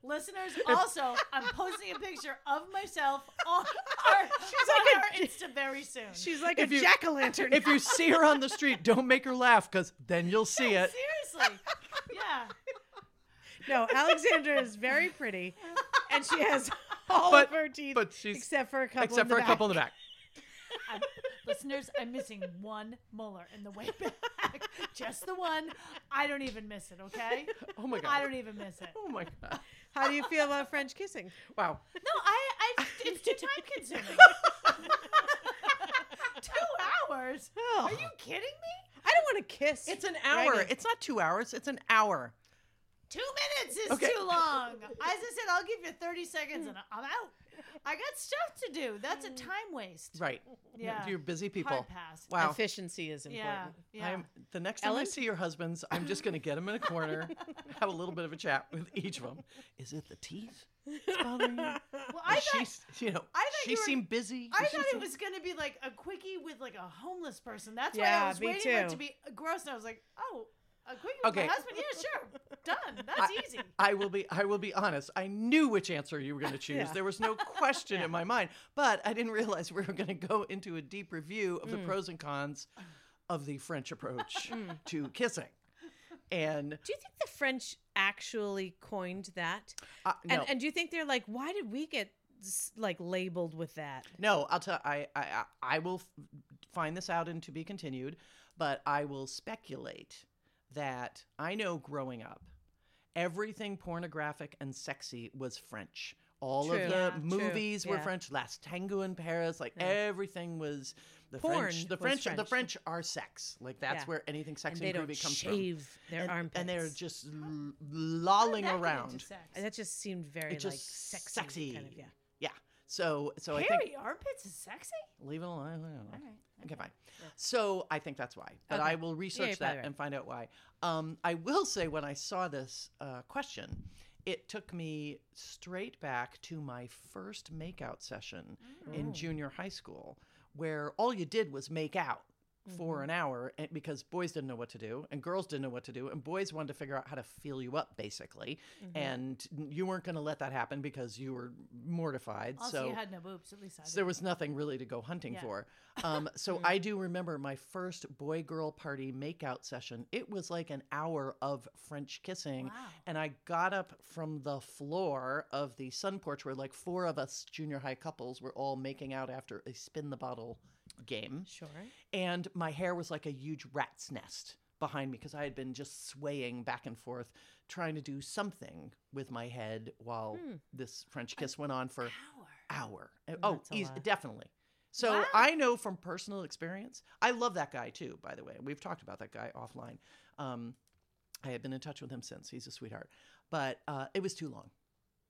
Speaker 1: Listeners, also, I'm posting a picture of myself on our, on our Insta very soon.
Speaker 2: [LAUGHS] She's like
Speaker 3: If
Speaker 2: a
Speaker 3: you-
Speaker 2: jack o' lantern.
Speaker 3: [LAUGHS] If you see her on the street, don't make her laugh because then you'll see it.
Speaker 1: Seriously. Yeah.
Speaker 2: no, Alexandra is very pretty, and she
Speaker 3: [LAUGHS]
Speaker 2: has all
Speaker 3: But-
Speaker 2: of her teeth
Speaker 3: But she's
Speaker 2: except for a couple.
Speaker 3: except
Speaker 2: in
Speaker 3: for
Speaker 2: the
Speaker 3: a couple
Speaker 2: back.
Speaker 1: [LAUGHS]
Speaker 3: in the back.
Speaker 1: I'm, listeners, I'm missing one molar in the way back. [LAUGHS] Just the one. I don't even miss it, okay?
Speaker 3: Oh my god.
Speaker 1: I don't even miss it.
Speaker 3: Oh my god.
Speaker 2: How do
Speaker 3: [LAUGHS]
Speaker 2: you feel about French kissing?
Speaker 3: Wow.
Speaker 1: No, I, I
Speaker 3: [LAUGHS]
Speaker 1: it's too time consuming. Two hours?
Speaker 3: Oh.
Speaker 1: Are you kidding me?
Speaker 2: I don't want to kiss.
Speaker 3: It's an hour.
Speaker 2: Reagan.
Speaker 3: It's not two hours. It's an hour.
Speaker 1: Two minutes is
Speaker 3: Okay.
Speaker 1: too long. As I said, I'll give you 30 seconds and I'm out. I got stuff to do. That's a time waste.
Speaker 3: Mm. Right.
Speaker 1: Yeah.
Speaker 3: You're busy people.
Speaker 1: Hard pass.
Speaker 3: Wow.
Speaker 2: Efficiency is important.
Speaker 1: Yeah.
Speaker 3: [LAUGHS]
Speaker 1: Yeah.
Speaker 3: I'm the next time I
Speaker 2: Ellen?
Speaker 3: see your husbands, I'm just gonna get them in
Speaker 1: [LAUGHS]
Speaker 3: a corner, have a little bit of a chat with each of them. Is it the teeth? that's bothering you?
Speaker 1: well, I thought,
Speaker 3: she's, you know,
Speaker 1: I thought
Speaker 3: she
Speaker 1: you were-
Speaker 3: seemed busy.
Speaker 1: I
Speaker 3: She
Speaker 1: thought it
Speaker 3: seemed-
Speaker 1: was going to be like a quickie with like a homeless person. That's why I
Speaker 2: Yeah,
Speaker 1: was
Speaker 2: me
Speaker 1: waiting for it
Speaker 2: too.
Speaker 1: to be gross. And I was like, oh, a quickie with
Speaker 3: Okay.
Speaker 1: my husband? Yeah, sure. Done. That's
Speaker 3: [LAUGHS] I-
Speaker 1: easy.
Speaker 3: I will be. I will be honest. I knew which answer you
Speaker 2: [LAUGHS]
Speaker 3: were going to choose.
Speaker 2: Yeah.
Speaker 3: There was no question in my mind, but I didn't realize we were going to go into a deep review of the
Speaker 2: Mm.
Speaker 3: pros and cons of the
Speaker 2: [LAUGHS]
Speaker 3: French approach to kissing.
Speaker 2: [LAUGHS]
Speaker 3: And
Speaker 2: Do you think the French actually coined that?
Speaker 3: uh, no,
Speaker 2: And, and do you think they're like, why did we get s- like labeled with that?
Speaker 3: no, I'll tell. I, I, I I will f- find this out and to be continued, but I will speculate that I know growing up, everything pornographic and sexy was French. All
Speaker 2: True.
Speaker 3: of the
Speaker 1: Yeah, true.
Speaker 3: movies were
Speaker 2: Yeah.
Speaker 3: French. Last Tango in Paris, like
Speaker 2: Yeah.
Speaker 3: everything was the French.
Speaker 2: Porn
Speaker 3: The
Speaker 2: was
Speaker 3: French, the
Speaker 2: French.
Speaker 3: French are sex. Like that's
Speaker 2: Yeah.
Speaker 3: where anything
Speaker 2: And
Speaker 3: sex
Speaker 2: they
Speaker 3: and
Speaker 2: don't
Speaker 3: groovy comes from.
Speaker 2: shave their
Speaker 3: And,
Speaker 2: armpits.
Speaker 3: and they're just l-
Speaker 1: How did
Speaker 3: lolling
Speaker 1: that get into
Speaker 3: around.
Speaker 1: sex?
Speaker 2: And that just seemed very
Speaker 3: It's
Speaker 2: like
Speaker 3: just
Speaker 2: sexy,
Speaker 3: sexy.
Speaker 2: kind of yeah.
Speaker 3: Yeah. So, so I
Speaker 1: Hairy
Speaker 3: think
Speaker 1: armpits is sexy?
Speaker 3: leave it alone. leave it alone.
Speaker 1: All right.
Speaker 3: Okay, fine. So I think that's why, but
Speaker 2: Okay.
Speaker 3: I will
Speaker 2: you're
Speaker 3: research that
Speaker 2: probably right.
Speaker 3: and find out why. Um, I will say when I saw this uh, question, it took me straight back to my first makeout session in junior high school, where all you did was make out for an hour and, because boys didn't know what to do and girls didn't know what to do and boys wanted to figure out how to feel you up basically and you weren't going to let that happen because you were mortified
Speaker 1: Also,
Speaker 3: so
Speaker 1: you had no boobs. At least I
Speaker 3: so
Speaker 1: did.
Speaker 3: there was nothing really to go hunting
Speaker 1: Yeah.
Speaker 3: for.
Speaker 1: [LAUGHS]
Speaker 3: Um, so I do remember my first boy girl party makeout session. It was like an hour of French kissing.
Speaker 1: Wow.
Speaker 3: And I got up from the floor of the sun porch where like four of us junior high couples were all making out after a spin the bottle game
Speaker 2: Sure.
Speaker 3: and my hair was like a huge rat's nest behind me because I had been just swaying back and forth trying to do something with my head while
Speaker 1: Hmm.
Speaker 2: Hmm,
Speaker 3: this French kiss went on for an hour. Uh, Oh,
Speaker 2: Mm, That's a
Speaker 3: eas-
Speaker 2: lot.
Speaker 3: definitely. So
Speaker 1: Wow.
Speaker 3: I know from personal experience. I love that guy too, by the way. We've talked about that guy offline. Um, I have been in touch with him since. He's a sweetheart, but uh, it was too long.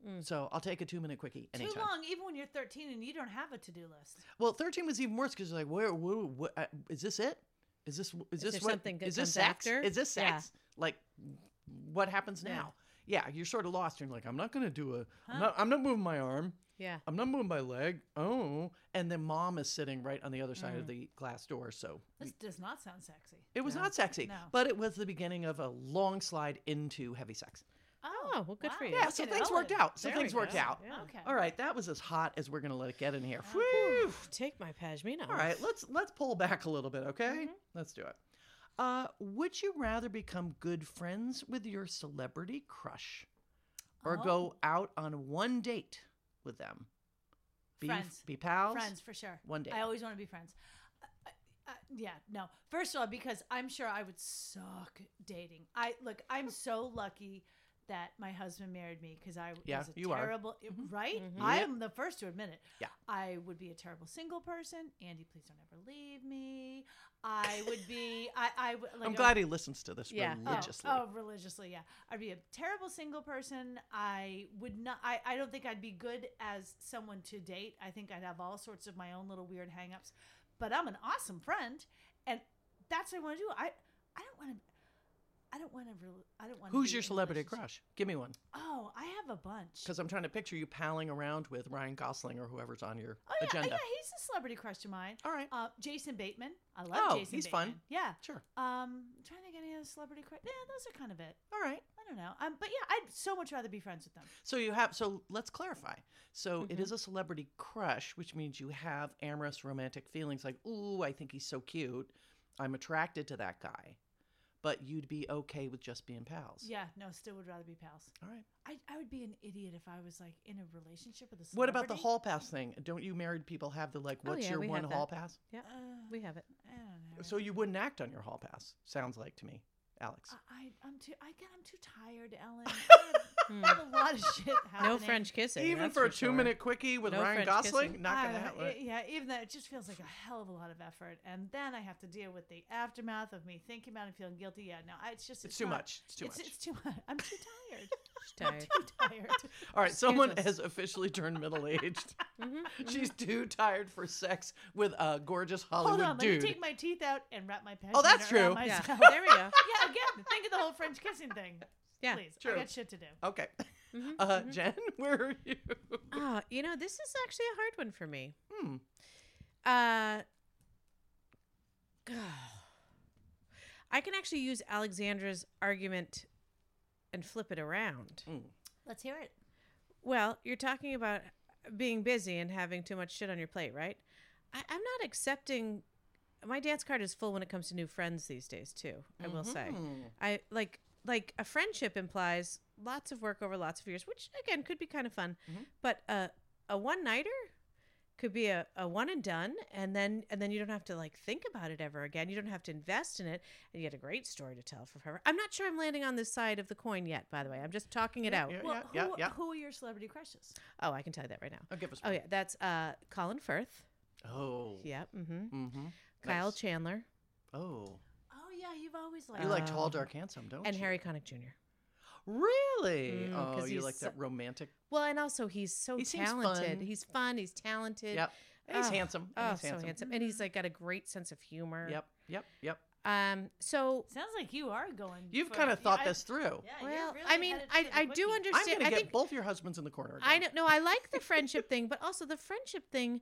Speaker 2: Mm.
Speaker 3: So I'll take a two-minute quickie anytime.
Speaker 1: Too long, even when you're 13 and you don't have a to do list.
Speaker 3: Well, thirteen was even worse because like, where, where, where uh, is this it? Is this is this
Speaker 2: there
Speaker 3: what
Speaker 2: something that
Speaker 3: is this
Speaker 2: comes
Speaker 3: sex?
Speaker 2: after?
Speaker 3: Is this
Speaker 2: Yeah.
Speaker 3: sex? Like, what happens now? Yeah, you're sort of lost. You're like, I'm not gonna do a. am not, I'm not moving my arm.
Speaker 2: Yeah.
Speaker 3: I'm not moving my leg. Oh, and then mom is sitting right on the other side of the glass door. So
Speaker 1: This does not sound sexy.
Speaker 3: it was not sexy,
Speaker 1: Mm. No.
Speaker 3: but it was the beginning of a long slide into heavy sex.
Speaker 2: Oh, well, good for you.
Speaker 3: Yeah,
Speaker 1: look
Speaker 3: so
Speaker 1: at
Speaker 3: things worked
Speaker 1: Ellen.
Speaker 3: out. So
Speaker 2: There
Speaker 3: things
Speaker 2: we
Speaker 3: worked
Speaker 2: go.
Speaker 3: out.
Speaker 2: Yeah.
Speaker 1: Okay.
Speaker 3: All right, that was as hot as we're gonna let it get in
Speaker 1: Ah,
Speaker 3: here. Whew.
Speaker 2: Take my pashmina.
Speaker 3: All right, let's let's pull back a little bit, okay?
Speaker 1: Mm-hmm.
Speaker 3: Let's do it. Uh, would you rather become good friends with your celebrity crush or
Speaker 1: Oh.
Speaker 3: go out on one date with them? Be,
Speaker 1: Friends.
Speaker 3: be pals.
Speaker 1: Friends for sure.
Speaker 3: One day.
Speaker 1: I always want to be friends. Uh, uh, uh, yeah, no. First of all, because I'm sure I would suck dating. I look, I'm so lucky that my husband married me because I
Speaker 3: Yeah,
Speaker 1: was a
Speaker 3: you are.
Speaker 1: terrible, right?
Speaker 2: Mhm.
Speaker 1: I
Speaker 3: Yep.
Speaker 1: am the first to admit it.
Speaker 3: Yeah.
Speaker 1: I would be a terrible single person. Andy, please don't ever leave me. I would be. I. I would. Like,
Speaker 3: I'm
Speaker 1: a-
Speaker 3: glad he listens to this
Speaker 2: Yeah.
Speaker 1: Oh,
Speaker 3: religiously.
Speaker 1: Oh, religiously, yeah. I'd be a terrible single person. I would not. I, I don't think I'd be good as someone to date. I think I'd have all sorts of my own little weird hangups. But I'm an awesome friend, and that's what I want to do. I I don't want to. I don't want to. Re- I don't want.
Speaker 3: Who's your celebrity crush? Give me one,
Speaker 1: Oh, I have a bunch.
Speaker 3: because I'm trying to picture you palling around with Ryan Gosling or whoever's on your
Speaker 1: Oh yeah,
Speaker 3: agenda.
Speaker 1: yeah, he's a celebrity crush of mine.
Speaker 3: All right,
Speaker 1: Uh, Jason Bateman. I love
Speaker 3: Oh,
Speaker 1: Jason.
Speaker 3: he's fun.
Speaker 1: Bateman. Yeah.
Speaker 3: sure.
Speaker 1: Um, I'm trying to get any other celebrity crush. Yeah, those are kind of it.
Speaker 3: All right.
Speaker 1: I don't know. Um, but yeah, I'd so much rather be friends with them.
Speaker 3: So you have so let's clarify. So
Speaker 1: Mm-hmm.
Speaker 3: it is a celebrity crush, which means you have amorous romantic feelings like, "Ooh, I think he's so cute. I'm attracted to that guy." But you'd be okay with just being pals.
Speaker 1: Yeah, no, still would rather be pals.
Speaker 3: All right.
Speaker 1: I, I would be an idiot if I was like in a relationship with a celebrity.
Speaker 3: What about the hall pass thing? Don't you married people have the like,
Speaker 2: Oh,
Speaker 3: what's
Speaker 2: yeah,
Speaker 3: your
Speaker 2: we
Speaker 3: one
Speaker 2: have
Speaker 3: hall
Speaker 2: that.
Speaker 3: pass?
Speaker 2: Yeah,
Speaker 1: Uh,
Speaker 2: we
Speaker 3: [LAUGHS]
Speaker 2: have it.
Speaker 1: I don't know.
Speaker 3: So you wouldn't act on your hall pass, sounds like to me, Alex.
Speaker 1: I, I I'm too. I get. I'm too tired,
Speaker 3: [LAUGHS]
Speaker 1: Ellen. I have, I have a lot of shit happening.
Speaker 2: No Hmm. French kissing.
Speaker 3: Even
Speaker 2: that's
Speaker 3: for a two
Speaker 2: sure.
Speaker 3: minute quickie with
Speaker 2: No
Speaker 3: Ryan
Speaker 2: French
Speaker 3: Gosling,
Speaker 2: kissing.
Speaker 3: not
Speaker 1: I-
Speaker 3: gonna happen.
Speaker 1: it- yeah, even though it just feels like a hell of a lot of effort, and then I have to deal with the aftermath of me thinking about it and feeling guilty. Yeah, no, I- it's just
Speaker 3: It's too
Speaker 1: not-
Speaker 3: much. It's too
Speaker 1: it's,
Speaker 3: much.
Speaker 1: It's too much. I'm too tired. [LAUGHS]
Speaker 2: She's
Speaker 3: [LAUGHS]
Speaker 2: tired.
Speaker 1: too tired.
Speaker 3: All right, someone
Speaker 2: us.
Speaker 3: has officially turned middle aged.
Speaker 2: [LAUGHS] Mm-hmm,
Speaker 3: [LAUGHS] She's too tired for sex with a gorgeous
Speaker 1: Hold
Speaker 3: Hollywood
Speaker 1: on, let me
Speaker 3: dude. Oh,
Speaker 1: take my teeth out and wrap my pants.
Speaker 3: that's true.
Speaker 2: Yeah,
Speaker 1: Myself. Yeah.
Speaker 2: there we
Speaker 3: [LAUGHS]
Speaker 2: go.
Speaker 1: again, think of the whole French kissing thing.
Speaker 2: Yeah.
Speaker 1: Please,
Speaker 3: true.
Speaker 1: I got shit to do.
Speaker 3: [LAUGHS] Okay.
Speaker 2: Mm-hmm,
Speaker 3: [LAUGHS] uh, Jen, where are you?
Speaker 2: Ah, you know, this is actually a hard one for me.
Speaker 3: Hmm.
Speaker 2: Uh, [SIGHS] I can actually use Alexandra's argument and flip it around.
Speaker 1: Let's hear it.
Speaker 2: Well, you're talking about being busy and having too much shit on your plate, right? I, I'm not accepting. My dance card is full when it comes to new friends these days, too. I will say,
Speaker 3: Mm-hmm.
Speaker 2: I like like a friendship implies lots of work over lots of years, which again could be kind of fun.
Speaker 3: Mm-hmm.
Speaker 2: But uh, a one nighter could be a, a one and done, and then and then you don't have to like think about it ever again. You don't have to invest in it, and you get a great story to tell for forever. I'm not sure I'm landing on this side of the coin yet. By the way, I'm just talking it out.
Speaker 3: Yeah,
Speaker 1: Well,
Speaker 3: yeah, yeah,
Speaker 1: who,
Speaker 3: yeah.
Speaker 1: who are your celebrity crushes?
Speaker 2: Oh, I can tell you that right now.
Speaker 3: Oh, give us
Speaker 2: Oh
Speaker 3: one.
Speaker 2: yeah, that's uh, Colin Firth.
Speaker 3: Oh.
Speaker 2: Yeah. Mm-hmm.
Speaker 3: Mm-hmm.
Speaker 2: Kyle
Speaker 3: Nice.
Speaker 2: Chandler
Speaker 3: Oh.
Speaker 1: Oh yeah, you've always liked.
Speaker 3: You like
Speaker 2: Uh,
Speaker 3: tall, dark, handsome, don't
Speaker 2: and
Speaker 3: you?
Speaker 2: Harry Connick Jr.
Speaker 3: Really?
Speaker 2: Mm,
Speaker 3: oh,
Speaker 2: 'cause
Speaker 3: you
Speaker 2: he's
Speaker 3: like that
Speaker 2: so-
Speaker 3: romantic.
Speaker 2: Well, and also he's so
Speaker 3: He seems
Speaker 2: talented.
Speaker 3: fun.
Speaker 2: He's fun. He's talented.
Speaker 3: Yep. And he's
Speaker 2: Oh,
Speaker 3: handsome.
Speaker 2: Oh,
Speaker 3: And he's
Speaker 2: so
Speaker 3: handsome.
Speaker 2: handsome. and he's like got a great sense of humor.
Speaker 3: Yep. Yep. Yep.
Speaker 2: Um. So,
Speaker 1: Oh, Sounds like you are going.
Speaker 3: You've
Speaker 1: for-
Speaker 3: kind of thought
Speaker 1: I-
Speaker 3: this through.
Speaker 1: Yeah, you're
Speaker 2: well,
Speaker 1: really
Speaker 2: I mean,
Speaker 1: headed
Speaker 2: I
Speaker 1: for the
Speaker 2: I do
Speaker 1: quickie.
Speaker 3: I'm
Speaker 2: understand.
Speaker 3: gonna
Speaker 2: I
Speaker 3: get
Speaker 2: think
Speaker 3: both your husbands in the corner.
Speaker 2: I
Speaker 3: again.
Speaker 2: don't know. I like the friendship thing, but also the friendship thing.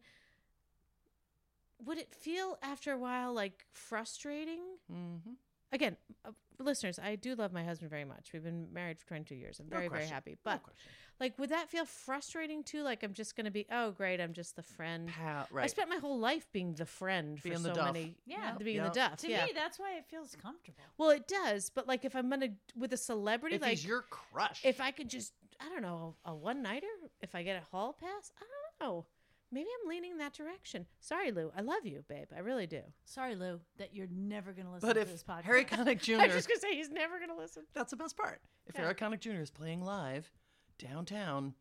Speaker 2: Would it feel after a while like frustrating?
Speaker 3: Mhm.
Speaker 2: again, uh, listeners, I do love my husband very much. We've been married for 22 years. I'm
Speaker 3: No
Speaker 2: very, very
Speaker 3: question.
Speaker 2: happy.
Speaker 3: No
Speaker 2: But
Speaker 3: question.
Speaker 2: like, would that feel frustrating too? Like, I'm just going to be, oh, great, I'm just the friend.
Speaker 3: Pal,
Speaker 2: I
Speaker 3: right.
Speaker 2: spent my whole life being the friend for
Speaker 3: Being
Speaker 2: so
Speaker 3: the duff.
Speaker 2: many.
Speaker 1: Yeah.
Speaker 2: being the
Speaker 3: Yeah.
Speaker 2: duff.
Speaker 1: To
Speaker 2: yeah.
Speaker 1: me, that's why it feels comfortable.
Speaker 2: well, it does. But like, if I'm gonna with a celebrity,
Speaker 3: if
Speaker 2: like,
Speaker 3: he's your crush.
Speaker 2: if I could just, I don't know, a one nighter. If I get a hall pass, I don't know. Maybe I'm leaning that direction. Sorry, Lou. I love you, babe. I really do. [LAUGHS]
Speaker 1: Sorry, Lou, that you're never going to listen
Speaker 3: but
Speaker 1: to
Speaker 3: if
Speaker 1: this podcast.
Speaker 3: Harry Connick
Speaker 2: I'm
Speaker 3: Jr.
Speaker 2: just gonna say he's never gonna listen.
Speaker 3: That's the best part. If
Speaker 2: Yeah.
Speaker 3: Eric Connick Jr. is playing live downtown,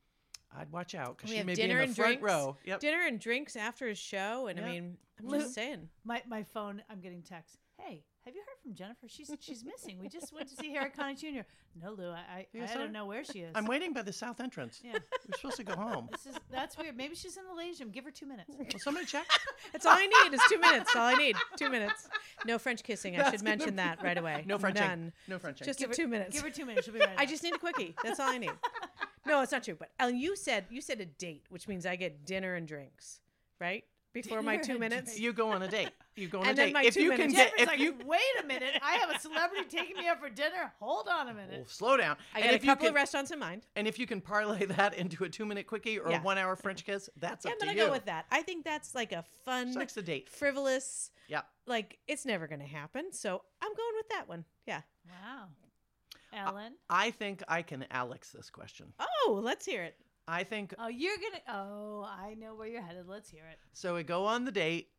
Speaker 3: I'd watch out because
Speaker 2: We
Speaker 3: she
Speaker 2: have
Speaker 3: may be in
Speaker 2: dinner
Speaker 3: the
Speaker 2: and
Speaker 3: front
Speaker 2: drinks.
Speaker 3: row. Yep.
Speaker 2: dinner and drinks after his show. And
Speaker 3: Yeah.
Speaker 2: I mean, I'm
Speaker 1: Lou-
Speaker 2: just saying.
Speaker 1: my my phone, I'm getting texts. Hey, have you heard from Jennifer? She's she's missing. We just went to see Harry Connick Jr. No, Lou, I I,
Speaker 3: You
Speaker 1: I
Speaker 3: saw her?
Speaker 1: don't know where she is.
Speaker 3: I'm waiting by the south entrance.
Speaker 1: yeah,
Speaker 3: We're
Speaker 2: [LAUGHS]
Speaker 3: supposed to go home.
Speaker 1: this is that's weird. Maybe she's in the ladies' room. Give her two minutes.
Speaker 3: Will
Speaker 2: [LAUGHS]
Speaker 3: somebody check?
Speaker 2: That's all I need is two minutes. That's all I need. Two minutes. No French kissing. I
Speaker 3: That's
Speaker 2: should
Speaker 3: gonna
Speaker 2: mention
Speaker 3: be-
Speaker 2: that right away.
Speaker 3: No Frenching.
Speaker 2: None.
Speaker 3: No Frenching.
Speaker 2: Just a two minutes.
Speaker 1: Give her two minutes. She'll be [LAUGHS] right.
Speaker 2: I
Speaker 1: out.
Speaker 2: just need a quickie. That's all I need. No, it's not true. But Ellen, you said you said a date, which means I get dinner and drinks, right? Before my
Speaker 1: Dinner
Speaker 2: two
Speaker 1: and
Speaker 2: minutes.
Speaker 3: [LAUGHS] you go on a date. You go on
Speaker 2: And
Speaker 3: a
Speaker 2: then
Speaker 3: date.
Speaker 2: my
Speaker 3: if
Speaker 2: two
Speaker 3: you
Speaker 2: minutes.
Speaker 3: can get,
Speaker 1: Jennifer's
Speaker 3: if
Speaker 1: like,
Speaker 2: [LAUGHS]
Speaker 3: you
Speaker 1: wait a minute. I have a celebrity taking me out for dinner. Hold on a
Speaker 3: Oh,
Speaker 1: minute.
Speaker 3: slow down.
Speaker 2: I
Speaker 3: and
Speaker 2: got a
Speaker 3: if
Speaker 2: couple
Speaker 3: you
Speaker 2: of
Speaker 3: can,
Speaker 2: restaurants in mind.
Speaker 3: and if you can parlay that into a two-minute quickie or
Speaker 2: Yeah.
Speaker 3: a one-hour French kiss, that's
Speaker 2: Yeah,
Speaker 3: up
Speaker 2: I'm
Speaker 3: to
Speaker 2: gonna
Speaker 3: you.
Speaker 2: go with that. I think that's like a fun,
Speaker 3: Sex the date.
Speaker 2: frivolous.
Speaker 3: Yep.
Speaker 2: Like it's never gonna happen. So I'm going with that one. Yeah.
Speaker 1: Wow, Ellen.
Speaker 3: I think I can Alex this question.
Speaker 2: Oh, let's hear it.
Speaker 3: I think
Speaker 1: Oh, you're gonna. Oh, I know where you're headed. Let's hear it.
Speaker 3: so. We go on the date.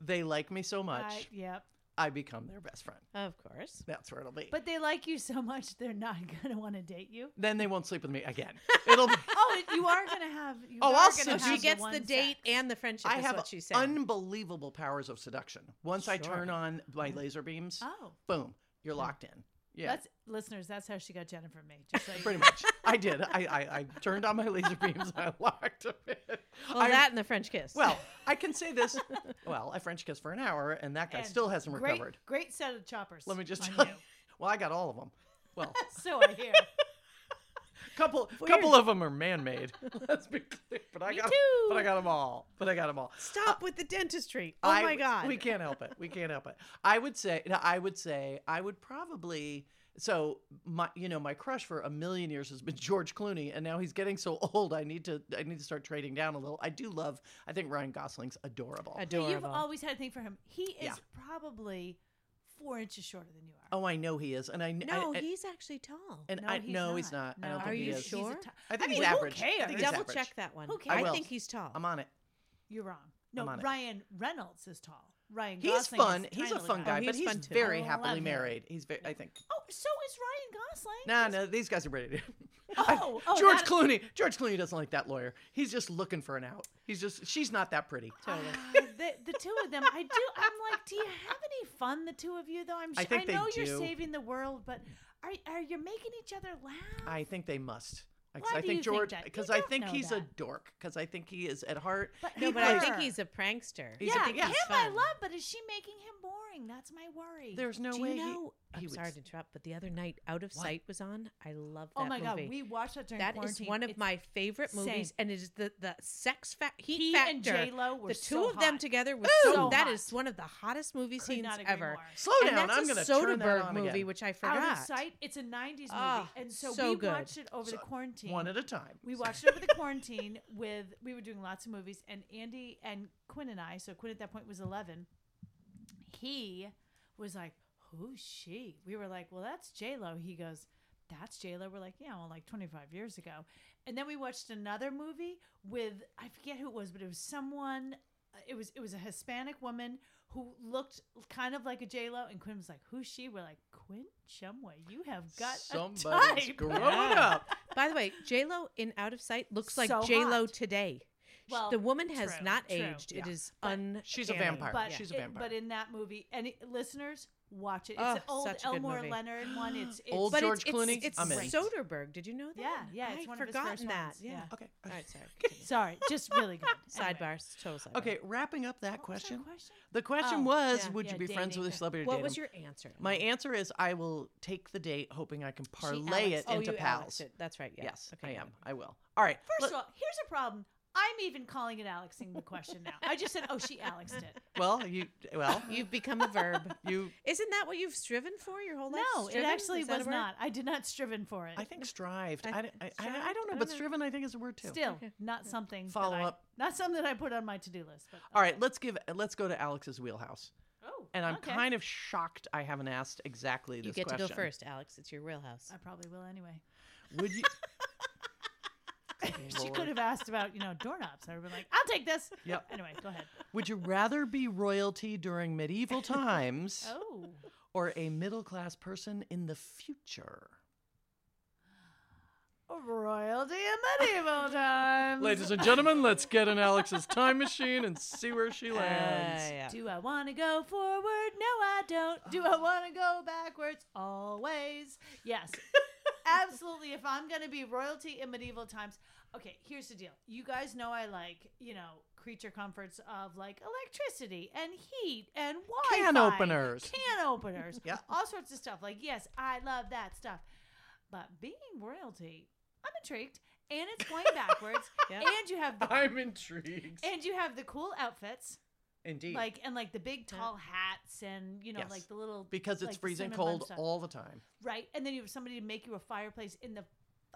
Speaker 3: They like me so much.
Speaker 1: I, yep.
Speaker 3: I become their best friend.
Speaker 2: Of course.
Speaker 3: That's where it'll be.
Speaker 1: But they like you so much, they're not [LAUGHS] gonna want to date you.
Speaker 3: then they won't sleep with me again. It'll. Be,
Speaker 1: Oh, you are gonna have. You
Speaker 3: Oh,
Speaker 1: are
Speaker 3: I'll
Speaker 1: gonna
Speaker 3: send
Speaker 1: have
Speaker 3: you-
Speaker 2: she
Speaker 3: She
Speaker 2: gets
Speaker 1: one
Speaker 2: the date
Speaker 1: sex.
Speaker 2: and the friendship.
Speaker 3: I
Speaker 2: is
Speaker 3: have
Speaker 2: what she said.
Speaker 3: unbelievable powers of seduction. Once I turn
Speaker 2: Sure.
Speaker 3: on my laser beams,
Speaker 1: Oh,
Speaker 3: boom, you're locked in. Yeah,
Speaker 1: that's listeners. That's how she got Jennifer and me. Just so you
Speaker 3: pretty
Speaker 1: know.
Speaker 3: much. I did. I, I, I turned on my laser beams and I [LAUGHS] locked them in.
Speaker 2: well,
Speaker 3: I,
Speaker 2: that and the French kiss.
Speaker 3: well, I can say this. Well, I French kissed for an hour, and that guy
Speaker 1: And
Speaker 3: still hasn't
Speaker 1: Great,
Speaker 3: recovered.
Speaker 1: great set of choppers.
Speaker 3: Let me just
Speaker 1: on
Speaker 3: tell you.
Speaker 1: you.
Speaker 3: Well, I got all of them. Well,
Speaker 1: So I hear.
Speaker 3: couple couple of them are man-made. Let's be clear. But I
Speaker 2: Me
Speaker 3: got
Speaker 2: too.
Speaker 3: but I got them all. But I got them all.
Speaker 2: Stop with the dentistry. Oh
Speaker 3: I-
Speaker 2: my god.
Speaker 3: we can't help it. We can't help it. I would say, no, I would say, I would probably. So my, you know, my crush for a million years has been [LAUGHS] George Clooney, and now he's getting so old. I need to, I need to start trading down a little. I do love. I think Ryan Gosling's adorable.
Speaker 1: But
Speaker 2: Adorable.
Speaker 1: you've always had a thing for him. He is
Speaker 3: Yeah.
Speaker 1: probably four inches shorter than you are.
Speaker 3: oh, I know he is, and I kn- I-
Speaker 2: no,
Speaker 3: I-
Speaker 2: he's actually tall.
Speaker 3: and I no, he's not. I
Speaker 1: No,
Speaker 3: don't
Speaker 2: Are
Speaker 3: think he
Speaker 2: you
Speaker 3: is.
Speaker 2: sure?
Speaker 1: He's a ti-
Speaker 3: I think
Speaker 1: I mean,
Speaker 3: he's
Speaker 1: who
Speaker 3: average. I
Speaker 1: cares?
Speaker 3: think he's
Speaker 2: Double
Speaker 3: average.
Speaker 2: check that one.
Speaker 1: Who
Speaker 2: I,
Speaker 1: cares?
Speaker 2: think he's tall.
Speaker 3: I'm on it.
Speaker 1: You're wrong. No,
Speaker 3: I'm on it.
Speaker 1: Ryan Reynolds is tall. Ryan
Speaker 3: He's
Speaker 1: Gosling is
Speaker 3: fun. He's
Speaker 1: tiny
Speaker 3: a fun
Speaker 1: little
Speaker 3: guy,
Speaker 2: Oh,
Speaker 3: but
Speaker 2: he's
Speaker 3: he's
Speaker 2: fun too.
Speaker 3: very
Speaker 1: I love
Speaker 3: happily
Speaker 1: him.
Speaker 3: married. He's very. I think.
Speaker 1: Oh, so is Ryan Gosling.
Speaker 3: No, no, these guys are ready to. [LAUGHS]
Speaker 1: Oh, oh, [LAUGHS]
Speaker 3: George
Speaker 1: that-
Speaker 3: Clooney. George Clooney doesn't like that lawyer. He's just looking for an out. He's just. She's not that pretty.
Speaker 2: Totally.
Speaker 1: Ah, the, the two of them, I do. I'm like, do you have any fun, the two of you? Though I'm.
Speaker 3: I
Speaker 1: sh-
Speaker 3: think they
Speaker 1: know
Speaker 3: do.
Speaker 1: you're saving the world, but are are you making each other laugh?
Speaker 3: I think they must. I,
Speaker 1: Why
Speaker 3: I
Speaker 1: do
Speaker 3: think
Speaker 1: you think
Speaker 3: George,
Speaker 1: that? You
Speaker 3: because I
Speaker 1: don't
Speaker 3: think
Speaker 1: know
Speaker 3: he's a
Speaker 1: that.
Speaker 3: dork. Because I think he is at heart.
Speaker 1: But
Speaker 2: no,
Speaker 1: he
Speaker 2: but I think
Speaker 1: her.
Speaker 2: he's a prankster.
Speaker 3: He's a
Speaker 1: yeah,
Speaker 3: big- yeah.
Speaker 1: him
Speaker 2: He's
Speaker 1: I
Speaker 2: fun.
Speaker 1: love, but is she making him boring? That's my worry.
Speaker 3: There's no
Speaker 2: Do you
Speaker 3: way.
Speaker 2: know?
Speaker 3: he, he
Speaker 2: I'm
Speaker 3: would
Speaker 2: sorry
Speaker 3: s-
Speaker 2: to interrupt, but the other night, Out of
Speaker 3: What?
Speaker 2: Sight was on. I love that
Speaker 1: oh my god,
Speaker 2: movie.
Speaker 1: we watched that during
Speaker 2: That is
Speaker 1: quarantine.
Speaker 2: one of
Speaker 1: It's-
Speaker 2: my favorite
Speaker 1: same.
Speaker 2: movies, and it is the the sex fa- heat
Speaker 1: He
Speaker 2: factor.
Speaker 1: and J-Lo were
Speaker 2: the two
Speaker 1: so
Speaker 2: of them
Speaker 1: hot.
Speaker 2: together was
Speaker 1: Ooh.
Speaker 2: so.
Speaker 1: So
Speaker 2: That
Speaker 1: hot.
Speaker 2: is one of the hottest movie
Speaker 1: Could
Speaker 2: scenes
Speaker 1: not agree
Speaker 2: ever.
Speaker 1: more.
Speaker 3: Slow
Speaker 2: Oh, and
Speaker 3: down.
Speaker 2: that's
Speaker 3: I'm
Speaker 2: a
Speaker 3: going to turn that
Speaker 2: Soderbergh
Speaker 3: on
Speaker 2: movie,
Speaker 3: again.
Speaker 2: which I forgot.
Speaker 1: Out of sight. It's a '90s movie,
Speaker 2: Ah,
Speaker 1: and so,
Speaker 2: so
Speaker 1: we
Speaker 2: good.
Speaker 1: watched it over
Speaker 3: So,
Speaker 1: the quarantine.
Speaker 3: one at a time.
Speaker 1: We
Speaker 3: So-
Speaker 1: watched it over the
Speaker 3: [LAUGHS]
Speaker 1: quarantine with we were doing lots of movies and Andy and Quinn and I, so Quinn at that point was eleven. He was like, Who's she? We were like, Well, that's J Lo. He goes, That's J Lo. We're like, Yeah, well, like twenty five years ago. And then we watched another movie with I forget who it was, but it was someone it was it was a Hispanic woman who looked kind of like a J Lo and Quinn was like, Who's she? We're like, Quinn Shumway, you have got a
Speaker 3: Somebody's
Speaker 1: type.
Speaker 3: grown
Speaker 2: Yeah.
Speaker 3: up.
Speaker 2: By the way, J Lo in Out of Sight looks like
Speaker 1: So
Speaker 2: J Lo
Speaker 1: hot.
Speaker 2: today. Sh-
Speaker 1: Well,
Speaker 2: the woman has
Speaker 1: true,
Speaker 2: not
Speaker 1: true.
Speaker 2: aged. It
Speaker 3: Yeah.
Speaker 2: is
Speaker 1: But-
Speaker 2: un.
Speaker 3: She's a
Speaker 2: uncanny.
Speaker 3: vampire.
Speaker 1: But
Speaker 3: She's a
Speaker 1: it-
Speaker 3: vampire.
Speaker 1: but in that movie, any listeners watch it. It's
Speaker 2: Oh,
Speaker 1: an old
Speaker 2: such a good
Speaker 1: Elmore
Speaker 2: movie.
Speaker 1: Leonard one. It's, it's
Speaker 3: Old
Speaker 2: But
Speaker 3: George
Speaker 2: it's,
Speaker 3: Clooney,
Speaker 2: It's,
Speaker 3: I'm in.
Speaker 2: it's Soderbergh. Did you know that?
Speaker 1: yeah, yeah. It's
Speaker 2: I'd
Speaker 1: one of
Speaker 2: forgotten
Speaker 1: his first
Speaker 2: that.
Speaker 1: ones.
Speaker 2: Yeah.
Speaker 3: Okay.
Speaker 2: All right. Sorry. continue.
Speaker 1: [LAUGHS] Sorry, just really
Speaker 3: [LAUGHS]
Speaker 1: good. Anyway.
Speaker 2: Sidebars. Total sidebar.
Speaker 3: Okay. Wrapping up
Speaker 1: What
Speaker 3: that
Speaker 1: was
Speaker 3: question.
Speaker 1: question?
Speaker 3: The question
Speaker 1: Oh,
Speaker 3: was,
Speaker 2: yeah,
Speaker 3: would
Speaker 1: yeah,
Speaker 3: you be friends
Speaker 1: dating.
Speaker 3: with a celebrity?
Speaker 2: What
Speaker 3: dating?
Speaker 2: was your answer?
Speaker 3: My answer is, I will take the date, hoping I can
Speaker 2: Alex-
Speaker 3: parlay it
Speaker 2: oh,
Speaker 3: into
Speaker 2: you
Speaker 3: pals.
Speaker 2: Alexed it. That's right. Yeah.
Speaker 3: Yes,
Speaker 2: Okay.
Speaker 3: I [LAUGHS]
Speaker 2: good.
Speaker 3: am. I will. All right.
Speaker 1: First
Speaker 3: let-
Speaker 1: of all, here's a problem. I'm even calling it Alexing the question now. I just said, "Oh, she Alexed
Speaker 3: [LAUGHS]
Speaker 1: it."
Speaker 2: [LAUGHS]
Speaker 3: well, you well
Speaker 2: You've become a verb.
Speaker 3: you.
Speaker 2: Isn't that what you've striven for your whole life?
Speaker 1: No, it
Speaker 2: Striven?
Speaker 1: actually
Speaker 2: Is that a
Speaker 1: was
Speaker 2: word?
Speaker 1: not. I did not striven for it.
Speaker 2: [LAUGHS]
Speaker 3: I think strived.
Speaker 2: I
Speaker 3: I,
Speaker 2: th-
Speaker 3: I, I,
Speaker 2: strived?
Speaker 3: I don't know,
Speaker 2: I don't
Speaker 3: but
Speaker 2: know.
Speaker 3: striven I think is a word too.
Speaker 1: Still not something. that
Speaker 3: Follow
Speaker 1: I-
Speaker 3: up.
Speaker 1: Not something I put on my to-do list. But,
Speaker 3: All right, let's give let's go to Alex's wheelhouse.
Speaker 1: Oh,
Speaker 3: And I'm
Speaker 1: okay.
Speaker 3: kind of shocked I haven't asked exactly this
Speaker 2: You get
Speaker 3: question.
Speaker 2: to go first, Alex. It's your wheelhouse.
Speaker 1: I probably will anyway.
Speaker 3: Would
Speaker 2: [LAUGHS]
Speaker 3: you Oh,
Speaker 1: She
Speaker 3: Lord.
Speaker 1: could have asked about you know doorknobs. I would have been like, "I'll take this."
Speaker 3: Yep.
Speaker 1: Anyway, go ahead.
Speaker 3: would you rather be royalty
Speaker 2: [LAUGHS]
Speaker 3: during medieval times
Speaker 1: Oh.
Speaker 3: or a middle class person in the future?
Speaker 1: Royalty in
Speaker 3: [LAUGHS]
Speaker 1: medieval times.
Speaker 3: and gentlemen, let's get in Alex's time machine and see where she
Speaker 2: Ah, yeah.
Speaker 1: Do I want to go forward? No, I don't. Do I want to go backwards? Always.
Speaker 3: [LAUGHS]
Speaker 1: Yes. Absolutely. If I'm going to be royalty in medieval times. Okay, here's the deal. You guys know I like, you know, creature comforts of like electricity and heat and Wi
Speaker 3: Can openers.
Speaker 1: Can openers.
Speaker 3: Yeah.
Speaker 1: All sorts of stuff. Like, yes, I love that stuff. But being royalty, I'm intrigued. And it's
Speaker 3: [LAUGHS]
Speaker 1: going backwards.
Speaker 2: Yeah.
Speaker 1: And you
Speaker 2: [LAUGHS]
Speaker 1: have the,
Speaker 3: [LAUGHS] I'm intrigued.
Speaker 1: and you have the cool outfits
Speaker 3: Indeed.
Speaker 1: like and like the big
Speaker 2: Yeah.
Speaker 1: tall hats and you know
Speaker 3: Yes.
Speaker 1: like the little
Speaker 3: because it's
Speaker 1: like, the
Speaker 3: freezing
Speaker 1: cinnamon bun
Speaker 3: cold
Speaker 1: stuff.
Speaker 3: all the time.
Speaker 1: right and then you have somebody to make you a fireplace in the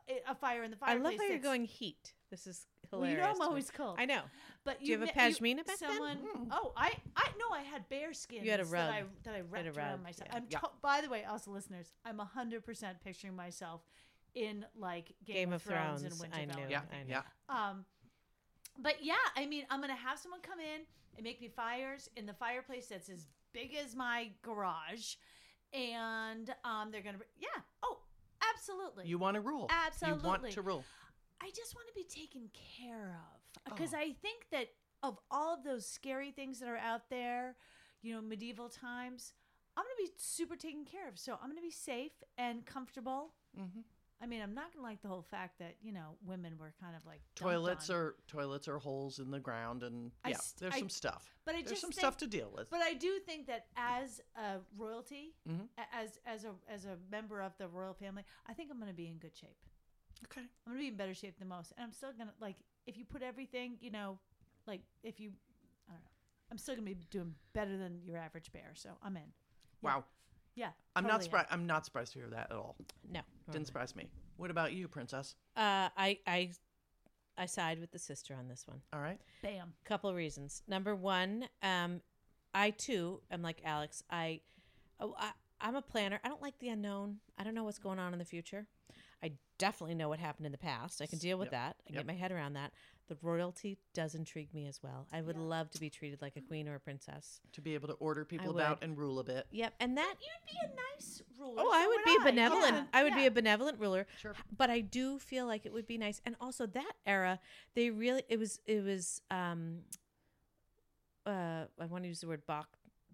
Speaker 1: eh, a fire in the
Speaker 2: I
Speaker 1: fireplace
Speaker 2: love how you're
Speaker 1: that's-
Speaker 2: going heat. This is
Speaker 1: well,
Speaker 2: hilarious.
Speaker 1: you know i'm
Speaker 2: to me.
Speaker 1: always cold
Speaker 2: I know.
Speaker 1: but
Speaker 2: Do you have a
Speaker 1: ma-
Speaker 2: pashmina back then? Hmm.
Speaker 1: someone
Speaker 3: Mm.
Speaker 1: oh i i no i had bear skin
Speaker 2: You had a
Speaker 1: that i
Speaker 2: rug.
Speaker 1: that i
Speaker 2: had
Speaker 1: wrapped
Speaker 2: a
Speaker 1: around
Speaker 2: rug,
Speaker 1: myself
Speaker 2: yeah.
Speaker 1: i'm
Speaker 3: Yeah.
Speaker 1: to- by the way also listeners i'm 100% picturing myself in like game,
Speaker 2: Game
Speaker 1: of, thrones, and
Speaker 2: I
Speaker 1: winterfell
Speaker 2: knew.
Speaker 1: and
Speaker 3: Yeah,
Speaker 2: I know.
Speaker 3: yeah.
Speaker 1: Um, but yeah, I mean, I'm gonna have someone come in and make me fires in the fireplace that's as big as my garage, and um, they're gonna yeah, oh, absolutely.
Speaker 3: You want to rule. You want
Speaker 1: Absolutely.
Speaker 3: to rule.
Speaker 1: I just want to be taken care of because
Speaker 3: Oh.
Speaker 1: I think that of all of those scary things that are out there, you know, medieval times, I'm gonna be super taken care of. So I'm gonna be safe and comfortable.
Speaker 3: Mhm.
Speaker 1: I mean, I'm not gonna like the whole fact that you know women were kind of like dumped
Speaker 3: toilets
Speaker 1: on.
Speaker 3: are toilets are holes in the ground, and
Speaker 1: I
Speaker 3: yeah,
Speaker 1: st-
Speaker 3: there's
Speaker 1: I-
Speaker 3: some stuff.
Speaker 1: but I
Speaker 3: There's
Speaker 1: just
Speaker 3: some
Speaker 1: think,
Speaker 3: stuff to deal with.
Speaker 1: But I do think that as a royalty,
Speaker 3: Mhm.
Speaker 1: a- as as a as a member of the royal family, I think I'm gonna be in good shape.
Speaker 3: okay,
Speaker 1: I'm gonna be in better shape than most, and I'm still gonna like if you put everything, you know, like if you, I don't know, I'm still gonna be doing better than your average bear. So I'm in.
Speaker 3: wow.
Speaker 1: Yeah,
Speaker 3: I'm not
Speaker 1: totally in.
Speaker 3: surprised. I'm not surprised to hear that at all.
Speaker 2: No.
Speaker 3: Didn't surprise me. What about you, Princess?
Speaker 2: Uh, I I I side with the sister on this one.
Speaker 3: All right.
Speaker 1: Bam.
Speaker 2: Couple reasons. Number one, um, I too am like Alex. I, oh, I I'm a planner. I don't like the unknown. I don't know what's going on in the future. I definitely know what happened in the past. I can deal with
Speaker 3: Yep.
Speaker 2: that. I can
Speaker 3: Yep.
Speaker 2: get my head around that. The royalty does intrigue me as well. I would
Speaker 1: Yeah.
Speaker 2: love to be treated like a queen or a princess.
Speaker 3: To be able to order people
Speaker 2: would.
Speaker 3: about and rule a bit.
Speaker 2: Yep, and that
Speaker 1: You'd be a nice ruler.
Speaker 2: Oh, I would be benevolent. I would be a
Speaker 1: benevolent.
Speaker 2: benevolent ruler.
Speaker 3: Sure.
Speaker 2: But I do feel like it would be nice. And also that era, they really it was it was um uh I want to use the word Bach,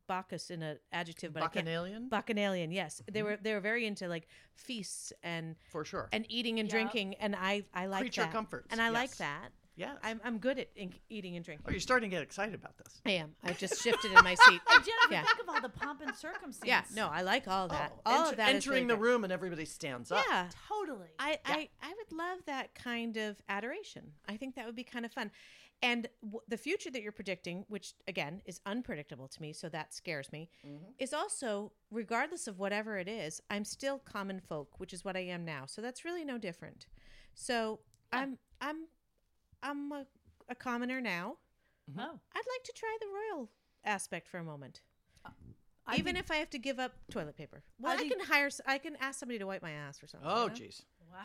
Speaker 2: Bacchus in an adjective, but I can't
Speaker 3: Bacchanalian Mm-hmm.
Speaker 2: Bacchanalian, yes. They were they were very into like feasts and
Speaker 3: for sure.
Speaker 2: and eating and
Speaker 1: Yeah.
Speaker 2: drinking and I I like
Speaker 3: Creature
Speaker 2: that.
Speaker 3: comforts.
Speaker 2: And I like
Speaker 3: yes.
Speaker 2: that.
Speaker 3: Yeah.
Speaker 2: I'm I'm good at in- eating and drinking.
Speaker 3: Oh, you're starting to get excited about this.
Speaker 2: I am. I just shifted in my
Speaker 3: [LAUGHS]
Speaker 2: seat.
Speaker 1: Oh, Jennifer,
Speaker 2: Yeah.
Speaker 1: think of all the pomp and circumstance.
Speaker 2: Yeah, no, I like all that.
Speaker 3: Oh,
Speaker 2: all
Speaker 3: enter-
Speaker 2: of that is
Speaker 3: entering
Speaker 2: really
Speaker 3: the
Speaker 2: great.
Speaker 3: room and everybody stands up.
Speaker 2: Yeah.
Speaker 1: Totally.
Speaker 2: I,
Speaker 3: Yeah.
Speaker 2: I, I would love that kind of adoration. I think that would be kind of fun. And w- the future that you're predicting, which again is unpredictable to me, so that scares me,
Speaker 1: Mm-hmm.
Speaker 3: Mhm.
Speaker 2: is also, regardless of whatever it is, I'm still common folk, which is what I am now. So that's really no different. So I'm, I'm, I'm a, a commoner now.
Speaker 1: oh,
Speaker 2: I'd like to try the royal aspect for a moment.
Speaker 1: I
Speaker 2: Even
Speaker 1: think-
Speaker 2: if I have to give up toilet paper, well,
Speaker 1: I
Speaker 2: I,
Speaker 1: think-
Speaker 2: can hire. s- I can ask somebody to wipe my ass or something.
Speaker 3: Oh,
Speaker 2: you know?
Speaker 3: jeez.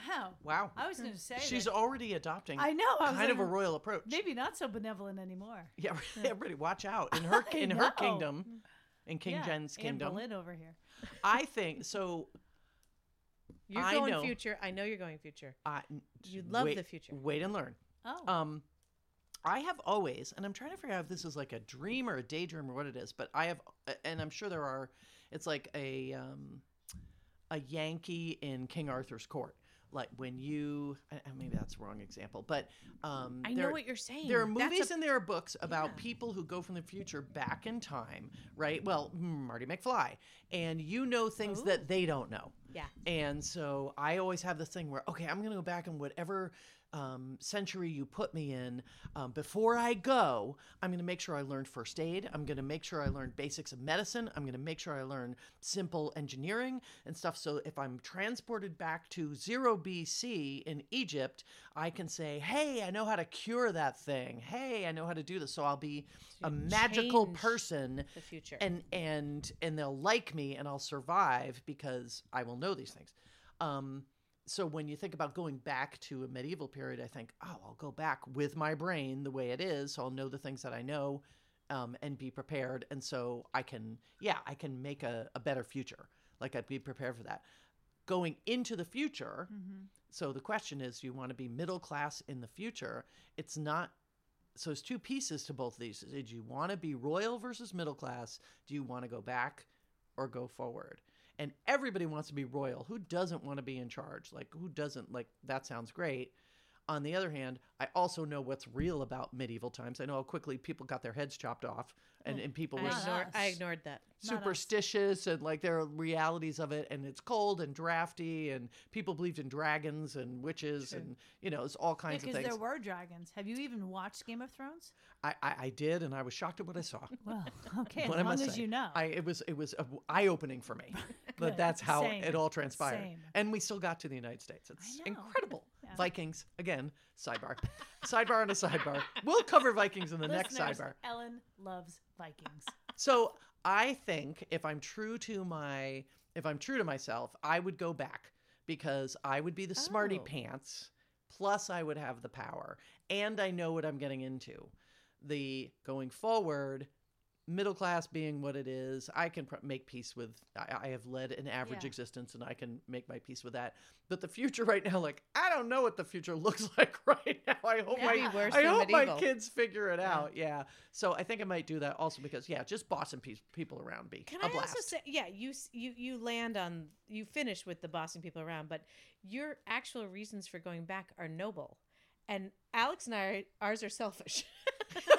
Speaker 1: wow.
Speaker 3: Wow.
Speaker 1: I was going to say
Speaker 3: She's
Speaker 1: that-
Speaker 3: already adopting
Speaker 1: I know. I was
Speaker 3: kind
Speaker 1: like,
Speaker 3: of a royal approach.
Speaker 1: maybe not so benevolent anymore. [LAUGHS]
Speaker 3: Yeah, [LAUGHS] everybody watch out. In her
Speaker 1: I
Speaker 3: in her
Speaker 1: know.
Speaker 3: kingdom, in King
Speaker 1: yeah.
Speaker 3: Jen's
Speaker 1: Anne
Speaker 3: kingdom,
Speaker 1: Boleyn over here.
Speaker 3: I think so.
Speaker 2: You're
Speaker 3: I
Speaker 2: going
Speaker 3: know.
Speaker 2: future. I know you're going future.
Speaker 1: [LAUGHS]
Speaker 3: I
Speaker 2: You love
Speaker 3: wait-
Speaker 2: the future.
Speaker 3: Wait and learn.
Speaker 1: Oh,
Speaker 3: Um, I have always, and I'm trying to figure out if this is like a dream or a daydream or what it is, but I have, and I'm sure there are. It's like a um, a Yankee in King Arthur's court. Like when you, I- I- maybe that's the wrong example, but um,
Speaker 2: I
Speaker 3: there-
Speaker 2: know what you're saying.
Speaker 3: There are
Speaker 2: That's
Speaker 3: movies
Speaker 2: a-
Speaker 3: and there are books about
Speaker 2: Yeah.
Speaker 3: people who go from the future back in time, right? Well, Marty McFly. And you know things
Speaker 2: Ooh.
Speaker 3: that they don't know.
Speaker 2: yeah.
Speaker 3: And so I always have this thing where, okay, I'm going to go back in whatever um, century you put me in. Um, before I go, I'm going to make sure I learn first aid. I'm going to make sure I learn basics of medicine. I'm going to make sure I learn simple engineering and stuff. So if I'm transported back to zero BC in Egypt, I can say, hey, I know how to cure that thing. Hey, I know how to do this. So I'll be a magical
Speaker 2: change
Speaker 3: person
Speaker 2: The future.
Speaker 3: and and and they'll like me and I'll survive because I will know these things. Um, so when you think about going back to a medieval period, I think, oh, I'll go back with my brain the way it is, so I'll know the things that I know, um, and be prepared, and so I can, yeah, I can make a, a better future. Like I'd be prepared for that. Going into the future,
Speaker 1: Mm-hmm.
Speaker 3: so the question is, you want to be middle class in the future. It's not. So there's two pieces to both of these. Do you want to be royal versus middle class? Do you want to go back or go forward? And everybody wants to be royal. Who doesn't want to be in charge? Like who doesn't? Like that sounds great. On the other hand, I also know what's real about medieval times. I know how quickly people got their heads chopped off, and, and people
Speaker 2: I,
Speaker 3: were
Speaker 1: Not
Speaker 2: ignore, I
Speaker 1: us.
Speaker 2: ignored that.
Speaker 1: Not us.
Speaker 3: superstitious and like there are realities of it and it's cold and drafty and people believed in dragons and witches
Speaker 2: True.
Speaker 3: and you know it's all kinds
Speaker 1: because
Speaker 3: of
Speaker 1: there
Speaker 3: things
Speaker 1: were dragons. Have you even watched Game of
Speaker 3: [LAUGHS]
Speaker 1: Thrones?
Speaker 3: I, I i did and i was shocked at what
Speaker 1: [LAUGHS]
Speaker 3: i saw
Speaker 1: Well, okay, as
Speaker 3: What am I
Speaker 1: long as
Speaker 3: saying?
Speaker 1: you know.
Speaker 3: I, it was it was eye opening for
Speaker 1: [LAUGHS]
Speaker 3: me, but that's how
Speaker 1: Same.
Speaker 3: it all transpired,
Speaker 1: Same.
Speaker 3: and we still got to the United States. It's
Speaker 1: know.
Speaker 3: incredible.
Speaker 1: Yeah.
Speaker 3: Vikings again, sidebar, [LAUGHS] sidebar on a sidebar. We'll cover Vikings in the next
Speaker 1: Listeners,
Speaker 3: sidebar.
Speaker 1: Ellen loves
Speaker 2: [LAUGHS]
Speaker 1: Vikings.
Speaker 3: So I think if I'm true to my if I'm true to myself, I would go back because I would be the smarty
Speaker 2: Oh.
Speaker 3: pants. Plus, I would have the power, and I know what I'm getting into. The going forward, middle class being what it is, I can pr- make peace with. I, I have led an average
Speaker 1: Yeah.
Speaker 3: existence, and I can make my peace with that. But the future [LAUGHS] right now, like I don't know what the future [LAUGHS] looks like right now. I hope
Speaker 1: Yeah.
Speaker 3: my
Speaker 1: I-
Speaker 4: be worse
Speaker 3: I
Speaker 4: than
Speaker 3: hope
Speaker 4: medieval.
Speaker 3: my kids figure it
Speaker 4: Yeah.
Speaker 3: out. Yeah. So I think I might do that also because yeah, just Boston pe- people around me.
Speaker 2: Can
Speaker 3: a
Speaker 2: I
Speaker 3: blast.
Speaker 2: also [LAUGHS] say, yeah, you s- you you land on you finish with the bossing people around, but your actual reasons for going back are noble, and Alex and I are- ours are selfish. [LAUGHS]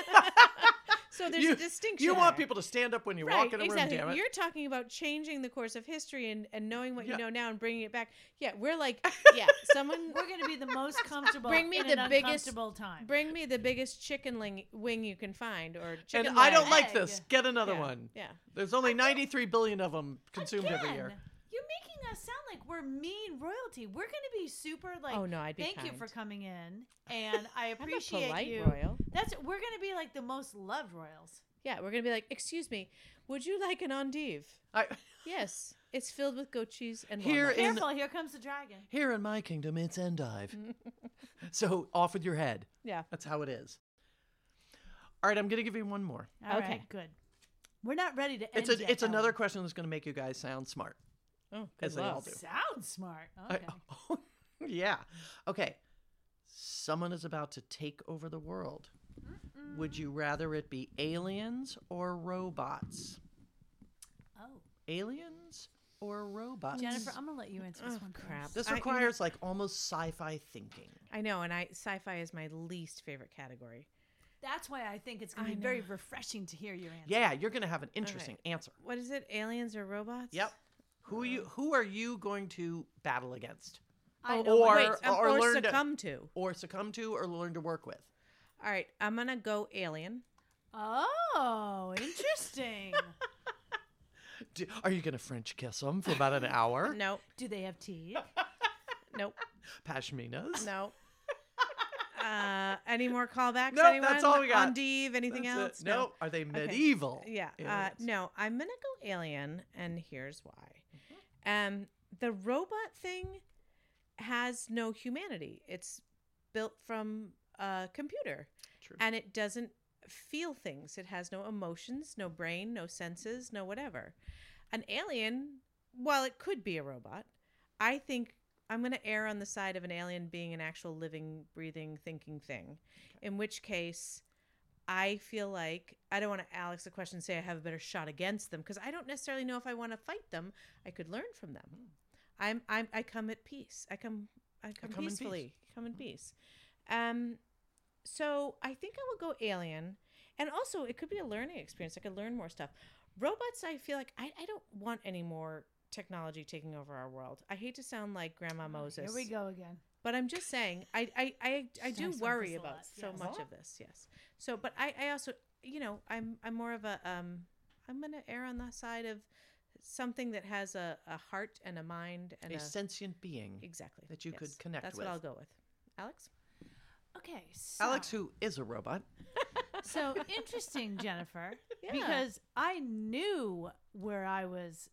Speaker 2: so there's
Speaker 3: You-
Speaker 2: a distinction.
Speaker 3: [LAUGHS] you want
Speaker 2: there.
Speaker 3: people to stand up when you
Speaker 2: right?
Speaker 3: walk in a
Speaker 2: exactly.
Speaker 3: room, damn it.
Speaker 2: You're talking about changing the course of history and and knowing what
Speaker 3: Yeah.
Speaker 2: you know now and bringing it back. Yeah, we're
Speaker 3: [LAUGHS]
Speaker 2: like, yeah, someone
Speaker 1: We're gonna be the
Speaker 2: [LAUGHS]
Speaker 1: most comfortable.
Speaker 2: Bring me
Speaker 1: in
Speaker 2: the
Speaker 1: an
Speaker 2: biggest-
Speaker 1: uncomfortable time.
Speaker 2: bring me the biggest chicken ling- wing you can find or chicken.
Speaker 3: and I don't
Speaker 2: leg.
Speaker 1: leg.
Speaker 3: like this. Get another
Speaker 2: Yeah.
Speaker 3: one.
Speaker 2: Yeah.
Speaker 3: There's only 93 billion of them [LAUGHS] consumed every year.
Speaker 1: Again, You're making us sound like we're mean royalty. We're gonna be super like.
Speaker 2: oh no, I'd be.
Speaker 1: Thank you for
Speaker 2: kind.
Speaker 1: coming in,
Speaker 2: [LAUGHS]
Speaker 1: and I
Speaker 2: I'm a
Speaker 1: appreciate
Speaker 2: polite
Speaker 1: you.
Speaker 2: royal.
Speaker 1: That's we're gonna be like the most loved royals.
Speaker 2: Yeah, we're gonna be like, excuse me, would you like an endive?
Speaker 3: I,
Speaker 2: Yes, it's filled with goat cheese and
Speaker 3: Here
Speaker 2: walnuts."
Speaker 3: In-
Speaker 1: Careful, here comes the dragon.
Speaker 3: here in my kingdom, it's
Speaker 2: [LAUGHS]
Speaker 3: endive. so off with your head.
Speaker 2: Yeah.
Speaker 3: That's how it is. All right, I'm going to give you one more.
Speaker 1: All right,
Speaker 2: Okay.
Speaker 1: good. We're not ready to end.
Speaker 3: It's a,
Speaker 1: yet,
Speaker 3: it's
Speaker 1: Ellen.
Speaker 3: another question that's going to make you guys sound smart.
Speaker 2: Oh,
Speaker 3: As
Speaker 2: good
Speaker 3: they all
Speaker 2: love.
Speaker 3: do.
Speaker 1: Sounds smart.
Speaker 2: Oh,
Speaker 3: I-
Speaker 1: Okay.
Speaker 3: [LAUGHS] yeah. Okay. Someone is about to take over the world. Would you rather it be aliens or robots?
Speaker 1: oh,
Speaker 3: Aliens or robots?
Speaker 1: Jennifer, I'm gonna let you answer this
Speaker 2: Oh
Speaker 1: one. first.
Speaker 2: crap!
Speaker 3: This
Speaker 2: I- you know-
Speaker 3: requires like almost sci-fi thinking.
Speaker 2: I know, and I sci-fi is my least favorite category.
Speaker 1: That's why I think it's gonna
Speaker 2: I
Speaker 1: be very refreshing to hear your answer.
Speaker 3: Yeah, you're going to have an interesting answer.
Speaker 2: What is it? Aliens or robots?
Speaker 3: Yep. Who you who are you going to battle against
Speaker 1: I
Speaker 2: Oh,
Speaker 1: know what-
Speaker 3: Or-
Speaker 2: wait, um,
Speaker 3: or
Speaker 2: or,
Speaker 3: learn to-
Speaker 2: succumb to.
Speaker 3: or succumb to or learn to work with?
Speaker 2: All right, I'm gonna go alien.
Speaker 1: Oh, interesting. [LAUGHS]
Speaker 3: Do, are you going to French kiss them for about an hour?
Speaker 2: [LAUGHS] No,
Speaker 1: Do they have teeth?
Speaker 2: nope,
Speaker 3: Pashminas? [LAUGHS]
Speaker 2: no. Uh, any more callbacks?
Speaker 3: Nope,
Speaker 2: anyone?
Speaker 3: that's all we got.
Speaker 2: Endive? Anything
Speaker 3: That's it.
Speaker 2: else?
Speaker 3: No. Are they medieval?
Speaker 2: Yeah. Uh,
Speaker 3: aliens?
Speaker 2: no, I'm gonna go alien, and here's
Speaker 3: Mm-hmm.
Speaker 2: why. Um, the robot thing has no humanity. It's built from a computer,
Speaker 3: True.
Speaker 2: and it doesn't feel things. It has no emotions, no brain, no senses, no whatever. An alien, while it could be a robot, I think I'm going to err on the side of an alien being an actual living, breathing, thinking thing. In which case, I feel like I don't want to Alex the question and say I have a better shot against them because I don't necessarily know if I want to fight them. I could learn from them. I'm I'm I come at peace. I come I come,
Speaker 3: come in peace.
Speaker 2: peacefully. Come in peace. Um, so I think I will go alien, and also it could be a learning experience. I could learn more stuff. Robots, I feel like I, I don't want any more technology taking over our world. I hate to sound like Grandma Moses.
Speaker 1: Here we go again.
Speaker 2: But I'm just saying, I I I, I do
Speaker 1: Sounds like
Speaker 2: worry
Speaker 1: this a
Speaker 2: about
Speaker 1: lot,
Speaker 2: so
Speaker 1: yes.
Speaker 2: much of this. Yes. So, but I I also you know I'm I'm more of a um I'm gonna err on the side of something that has a, a heart and a mind and a,
Speaker 3: a sentient being
Speaker 2: exactly
Speaker 3: that you could
Speaker 2: yes.
Speaker 3: connect
Speaker 2: That's
Speaker 3: with.
Speaker 2: what I'll go with. Alex.
Speaker 1: Okay, so,
Speaker 3: Alex, who is a robot.
Speaker 1: so interesting, Jennifer,
Speaker 2: Yeah.
Speaker 1: because I knew where I was.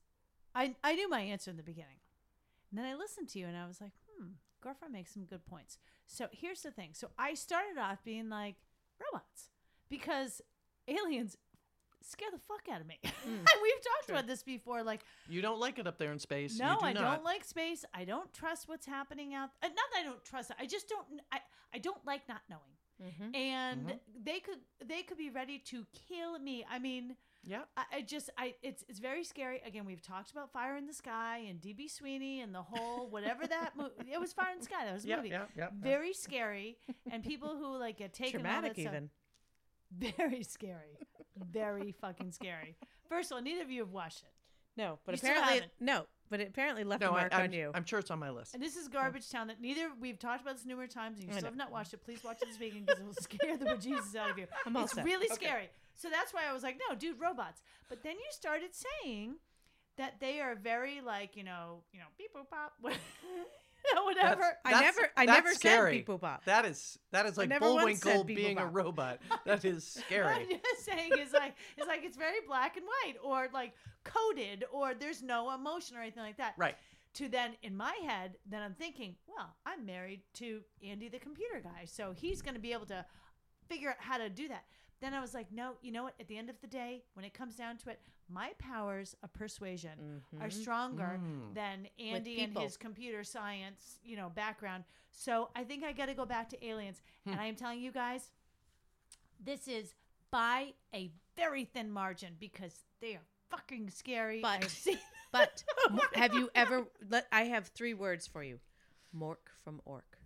Speaker 1: I I knew my answer in the beginning, and then I listened to you, and I was like, hmm, girlfriend makes some good points. So here's the thing. So I started off being like robots because aliens scare the fuck out of me. [LAUGHS] and We've talked
Speaker 2: True.
Speaker 1: about this before, like.
Speaker 3: You don't like it up there in space.
Speaker 1: No,
Speaker 3: you do
Speaker 1: I
Speaker 3: not.
Speaker 1: don't like space. I don't trust what's happening out. Uh, not that I don't trust it. I just don't. I I don't like not knowing.
Speaker 2: Mm-hmm.
Speaker 1: And they could they could be ready to kill me. I mean,
Speaker 3: Yeah.
Speaker 1: I, I just I it's it's very scary. Again, we've talked about Fire in the Sky and DB Sweeney and the whole whatever that movie. [LAUGHS] It was Fire in the Sky. That was a
Speaker 3: Yeah,
Speaker 1: movie.
Speaker 3: yeah, yeah, yeah.
Speaker 1: Very scary. And people who like get taken all
Speaker 2: Traumatic
Speaker 1: that stuff-
Speaker 2: even.
Speaker 1: [LAUGHS] Very scary. Very fucking scary. First of all, neither of you have watched it.
Speaker 2: No, but
Speaker 1: You still
Speaker 2: apparently
Speaker 1: haven't.
Speaker 2: no, but it apparently left
Speaker 3: No,
Speaker 2: a
Speaker 3: I,
Speaker 2: mark
Speaker 3: I'm,
Speaker 2: on you.
Speaker 3: I'm sure it's on my list.
Speaker 1: And this is Garbage Town that neither we've talked about this numerous times and you
Speaker 2: Oh. I
Speaker 1: still
Speaker 2: know.
Speaker 1: have not watched it. Please watch it this weekend because it will scare the [LAUGHS] bejesus out of you.
Speaker 2: I'm all
Speaker 1: it's
Speaker 2: set.
Speaker 1: really scary. So that's why I was like, no, dude, robots. But then you started saying that they are very like, you know, you know, beep boop pop, you know, [LAUGHS] whatever.
Speaker 2: I
Speaker 3: That's-
Speaker 2: never- I
Speaker 3: that's
Speaker 2: never said
Speaker 3: scary.
Speaker 2: beep boop bop.
Speaker 3: That is that is like
Speaker 2: never once said
Speaker 3: Bullwinkle
Speaker 2: beep boop
Speaker 3: being a
Speaker 2: bop.
Speaker 3: robot.
Speaker 1: [LAUGHS]
Speaker 3: That is scary.
Speaker 1: What I'm just saying is like it's like it's very black and white or like coded or there's no emotion or anything like that.
Speaker 3: Right.
Speaker 1: To then in my head, then I'm thinking, well, I'm married to Andy the computer guy, so he's going to be able to figure out how to do that. Then I was like, no, you know what? At the end of the day, when it comes down to it, my powers of persuasion
Speaker 3: Mm-hmm.
Speaker 1: are stronger
Speaker 3: Mm.
Speaker 1: than Andy and
Speaker 2: people.
Speaker 1: his computer science, you know, background. So I think I got to go back to aliens.
Speaker 2: Hmm.
Speaker 1: And I am telling you guys, this is by a very thin margin because they are fucking scary.
Speaker 2: But- [LAUGHS]
Speaker 1: I've seen-
Speaker 2: But m- have you ever? Let, I have three words for you: Mork from Orc.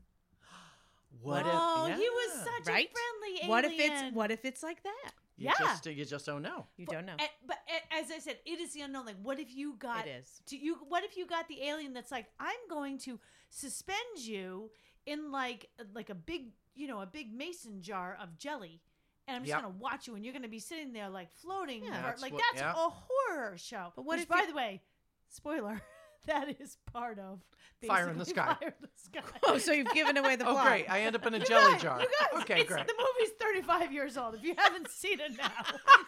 Speaker 3: What
Speaker 1: oh, [LAUGHS]
Speaker 3: if
Speaker 1: he was such
Speaker 2: Right?
Speaker 1: a friendly alien.
Speaker 2: What if it's what if it's like that?
Speaker 3: You
Speaker 1: yeah.
Speaker 3: just you just don't know.
Speaker 2: You
Speaker 1: But-
Speaker 2: don't know.
Speaker 1: a- Eh, but a- as I said, it is the unknown. Like, what if you got
Speaker 2: it is.
Speaker 1: Do you what if you got the alien that's like i'm going to suspend you in like like a big you know a big mason jar of jelly and i'm just
Speaker 3: Yep.
Speaker 1: going to watch you and you're going to be sitting there like floating
Speaker 2: Yeah.
Speaker 1: or-
Speaker 3: That's
Speaker 1: like
Speaker 3: what-
Speaker 1: that's
Speaker 3: yeah.
Speaker 1: a horror show
Speaker 2: But what
Speaker 1: Which,
Speaker 2: if
Speaker 1: by
Speaker 2: you-
Speaker 1: the way spoiler that is part of
Speaker 3: Fire in the
Speaker 1: basically
Speaker 3: Sky.
Speaker 1: fire in the sky
Speaker 2: Oh, so you've given [LAUGHS] away the
Speaker 3: [LAUGHS] Oh
Speaker 2: plot.
Speaker 3: great, I end up in a jelly
Speaker 1: guys, [LAUGHS]
Speaker 3: jar.
Speaker 1: You guys,
Speaker 3: okay,
Speaker 1: it's,
Speaker 3: great.
Speaker 1: The movie's 35 years old. If you haven't seen it
Speaker 3: [LAUGHS]
Speaker 1: now,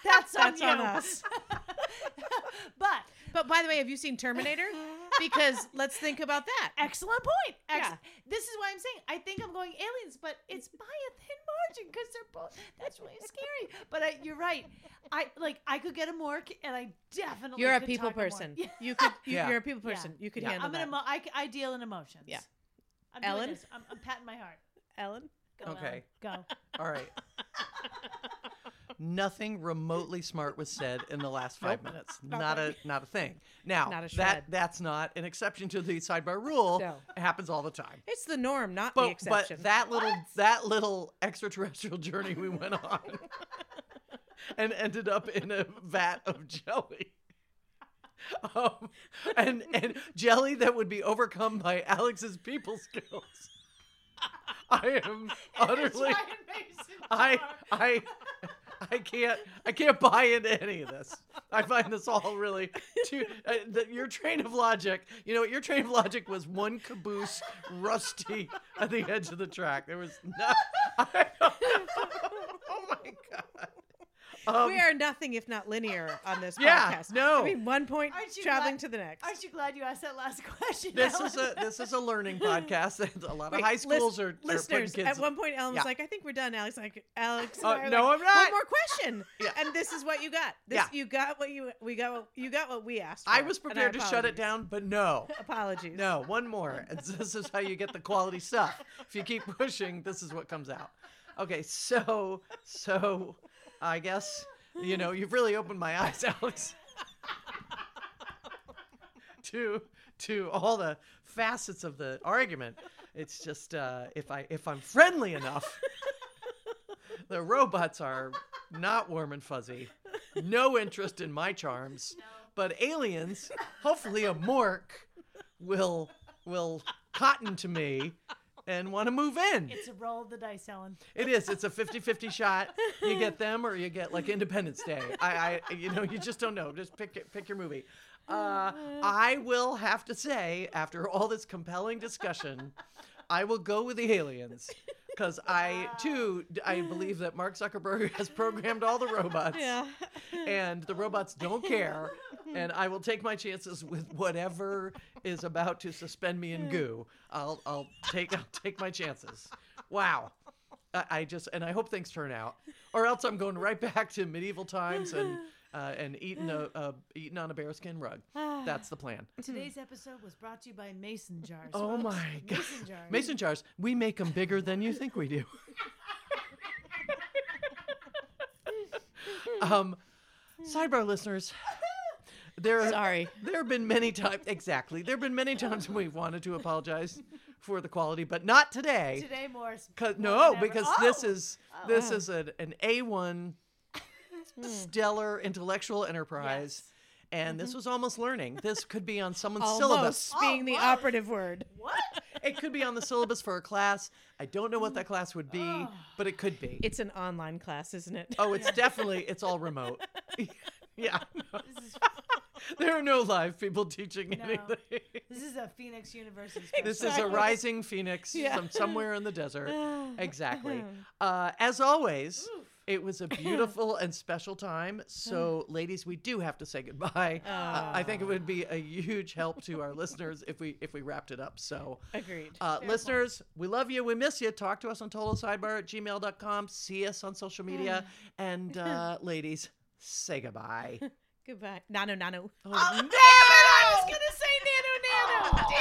Speaker 1: that's on
Speaker 2: That's
Speaker 1: you.
Speaker 2: on us.
Speaker 1: [LAUGHS] but
Speaker 2: But by the way, have you seen [LAUGHS] Terminator? Because let's think about that.
Speaker 1: Excellent point. Ex-
Speaker 2: Yeah.
Speaker 1: This is why I'm saying I think I'm going aliens, but it's by a thin margin because they're both. That's really scary. But I, you're right. I like I could get a morgue, and I definitely
Speaker 2: You're a
Speaker 1: could
Speaker 2: people
Speaker 1: talk a morgue.
Speaker 2: person. [LAUGHS]
Speaker 1: Yeah.
Speaker 2: You could. You,
Speaker 3: Yeah.
Speaker 2: You're a people
Speaker 1: Yeah.
Speaker 2: person. You could
Speaker 3: Yeah.
Speaker 2: handle
Speaker 1: I'm an
Speaker 2: that.
Speaker 1: emo- I, I deal in emotions.
Speaker 2: Yeah.
Speaker 1: I'm doing
Speaker 2: Ellen?
Speaker 1: this. I'm, I'm patting my heart.
Speaker 2: Ellen.
Speaker 1: Go, Ellen.
Speaker 3: Okay. [LAUGHS]
Speaker 1: Go.
Speaker 3: All right. Nothing remotely smart was said in the last five minutes. Not a not a thing. Now
Speaker 2: Not a
Speaker 3: that
Speaker 2: shred.
Speaker 3: that's not an exception to the sidebar rule.
Speaker 2: No.
Speaker 3: It happens all the time.
Speaker 2: It's the norm, not the
Speaker 3: But
Speaker 2: exception.
Speaker 3: but that little that little extraterrestrial journey we went on
Speaker 2: [LAUGHS]
Speaker 3: and ended up in a vat of jelly. Um, and and jelly that would be overcome by Alex's people skills. I am utterly
Speaker 1: Giant mason
Speaker 3: I
Speaker 1: jar.
Speaker 3: I I can't I can't buy into any of this. I find this all really too. Uh, the, your train of logic, you know, your train of logic was one caboose rusty at the edge of the track. There was no. [LAUGHS] I don't- oh my god. Um,
Speaker 2: we are nothing if not linear on this
Speaker 3: [LAUGHS] Yeah,
Speaker 2: podcast.
Speaker 3: no.
Speaker 2: I mean, one point
Speaker 1: Aren't you
Speaker 2: traveling
Speaker 1: glad-
Speaker 2: to the next.
Speaker 1: Aren't you glad you asked that last [LAUGHS] question?
Speaker 3: this
Speaker 1: Ellen?
Speaker 3: is a this is
Speaker 2: [LAUGHS]
Speaker 3: a learning podcast. A lot
Speaker 2: Wait,
Speaker 3: of high
Speaker 2: lis-
Speaker 3: schools are, are putting
Speaker 2: listeners.
Speaker 3: kids-
Speaker 2: At one point, Ellen's
Speaker 3: Yeah.
Speaker 2: like, "I think we're done." Alex, like, Alex, and
Speaker 3: Uh,
Speaker 2: I were
Speaker 3: no,
Speaker 2: like,
Speaker 3: I'm not.
Speaker 2: One more question,
Speaker 3: [LAUGHS] Yeah.
Speaker 2: and this is what you got. This,
Speaker 3: Yeah.
Speaker 2: you got what you we got. What, you got what we asked. For,
Speaker 3: I was
Speaker 2: and
Speaker 3: prepared to shut
Speaker 2: apologies.
Speaker 3: it down, but no.
Speaker 2: Apologies.
Speaker 3: No, one more. And this is how you get the quality stuff. If you keep pushing, this is what comes out. Okay, so so I guess you know you've really opened my eyes, [LAUGHS] Alex, to to all the facets of the argument. It's just uh, if I if I'm friendly enough, the robots are not warm and fuzzy. No interest in my charms, but aliens, hopefully a mork will will cotton to me and want to move in.
Speaker 1: [LAUGHS] It's a roll of the dice,
Speaker 3: [CLEARS THROAT]
Speaker 1: Ellen.
Speaker 3: It is. It's a 50-50 shot. You get them or you get like Independence Day. I, I you know, you just don't know. Just pick it- pick your movie. Uh, I will have to say after all this compelling discussion, I will go with the aliens cuz I too d- I believe that Mark Zuckerberg has programmed all the robots
Speaker 2: Yeah.
Speaker 3: and the robots don't care and i will take my chances with whatever is about to suspend me in goo i'll i'll take i'll take my chances wow i, I just and i hope things turn out or else i'm going right back to medieval times and uh, and eating a, a eating on a bearskin rug that's the plan
Speaker 1: Today's episode was brought to you by mason jars.
Speaker 3: oh
Speaker 1: folks.
Speaker 3: my god
Speaker 1: Mason jars.
Speaker 3: mason jars we make them bigger than you think we do um sidebar listeners there
Speaker 2: Sorry.
Speaker 3: there have been many times, exactly. There have been many times [LAUGHS] when we've wanted to apologize for the quality, but not today.
Speaker 1: Today more. s-
Speaker 3: Cause,
Speaker 1: more
Speaker 3: no,
Speaker 1: than ever.
Speaker 3: because
Speaker 1: Oh!
Speaker 3: this is this is an, an A1 stellar intellectual enterprise. And this was almost learning. This could be [LAUGHS] on someone's
Speaker 2: Almost
Speaker 3: syllabus.
Speaker 2: being the
Speaker 1: Almost.
Speaker 2: operative word.
Speaker 1: what?
Speaker 3: It could be on the syllabus for a class. I don't know what that class would [SIGHS] be, but it could be.
Speaker 2: It's an online class, isn't it? [SIGHS]
Speaker 3: oh, it's definitely it's all remote. [LAUGHS] yeah.
Speaker 1: This is,
Speaker 3: There are no live people teaching [LAUGHS] anything.
Speaker 1: this is a Phoenix University.
Speaker 3: This is a
Speaker 1: special.
Speaker 3: [LAUGHS] rising phoenix
Speaker 2: Yeah.
Speaker 3: [LAUGHS] [CLEARS THROAT] from somewhere in the desert. Exactly. Uh, as always, It was a beautiful and special [LAUGHS] time. So, ladies, we do have to say [LAUGHS] goodbye. Uh,
Speaker 2: Ah,
Speaker 3: I think it would be a huge help to [LAUGHS] our listeners if we if we wrapped it up. So,
Speaker 2: Agreed.
Speaker 3: uh, listeners, we love you. We miss you. Talk to us on totalsidebar at gmail.com. See us on social media. and, uh, ladies, say goodbye.
Speaker 2: Goodbye. Nano, nano.
Speaker 3: Oh,
Speaker 2: Damn it! I was gonna say nano, nano. Damn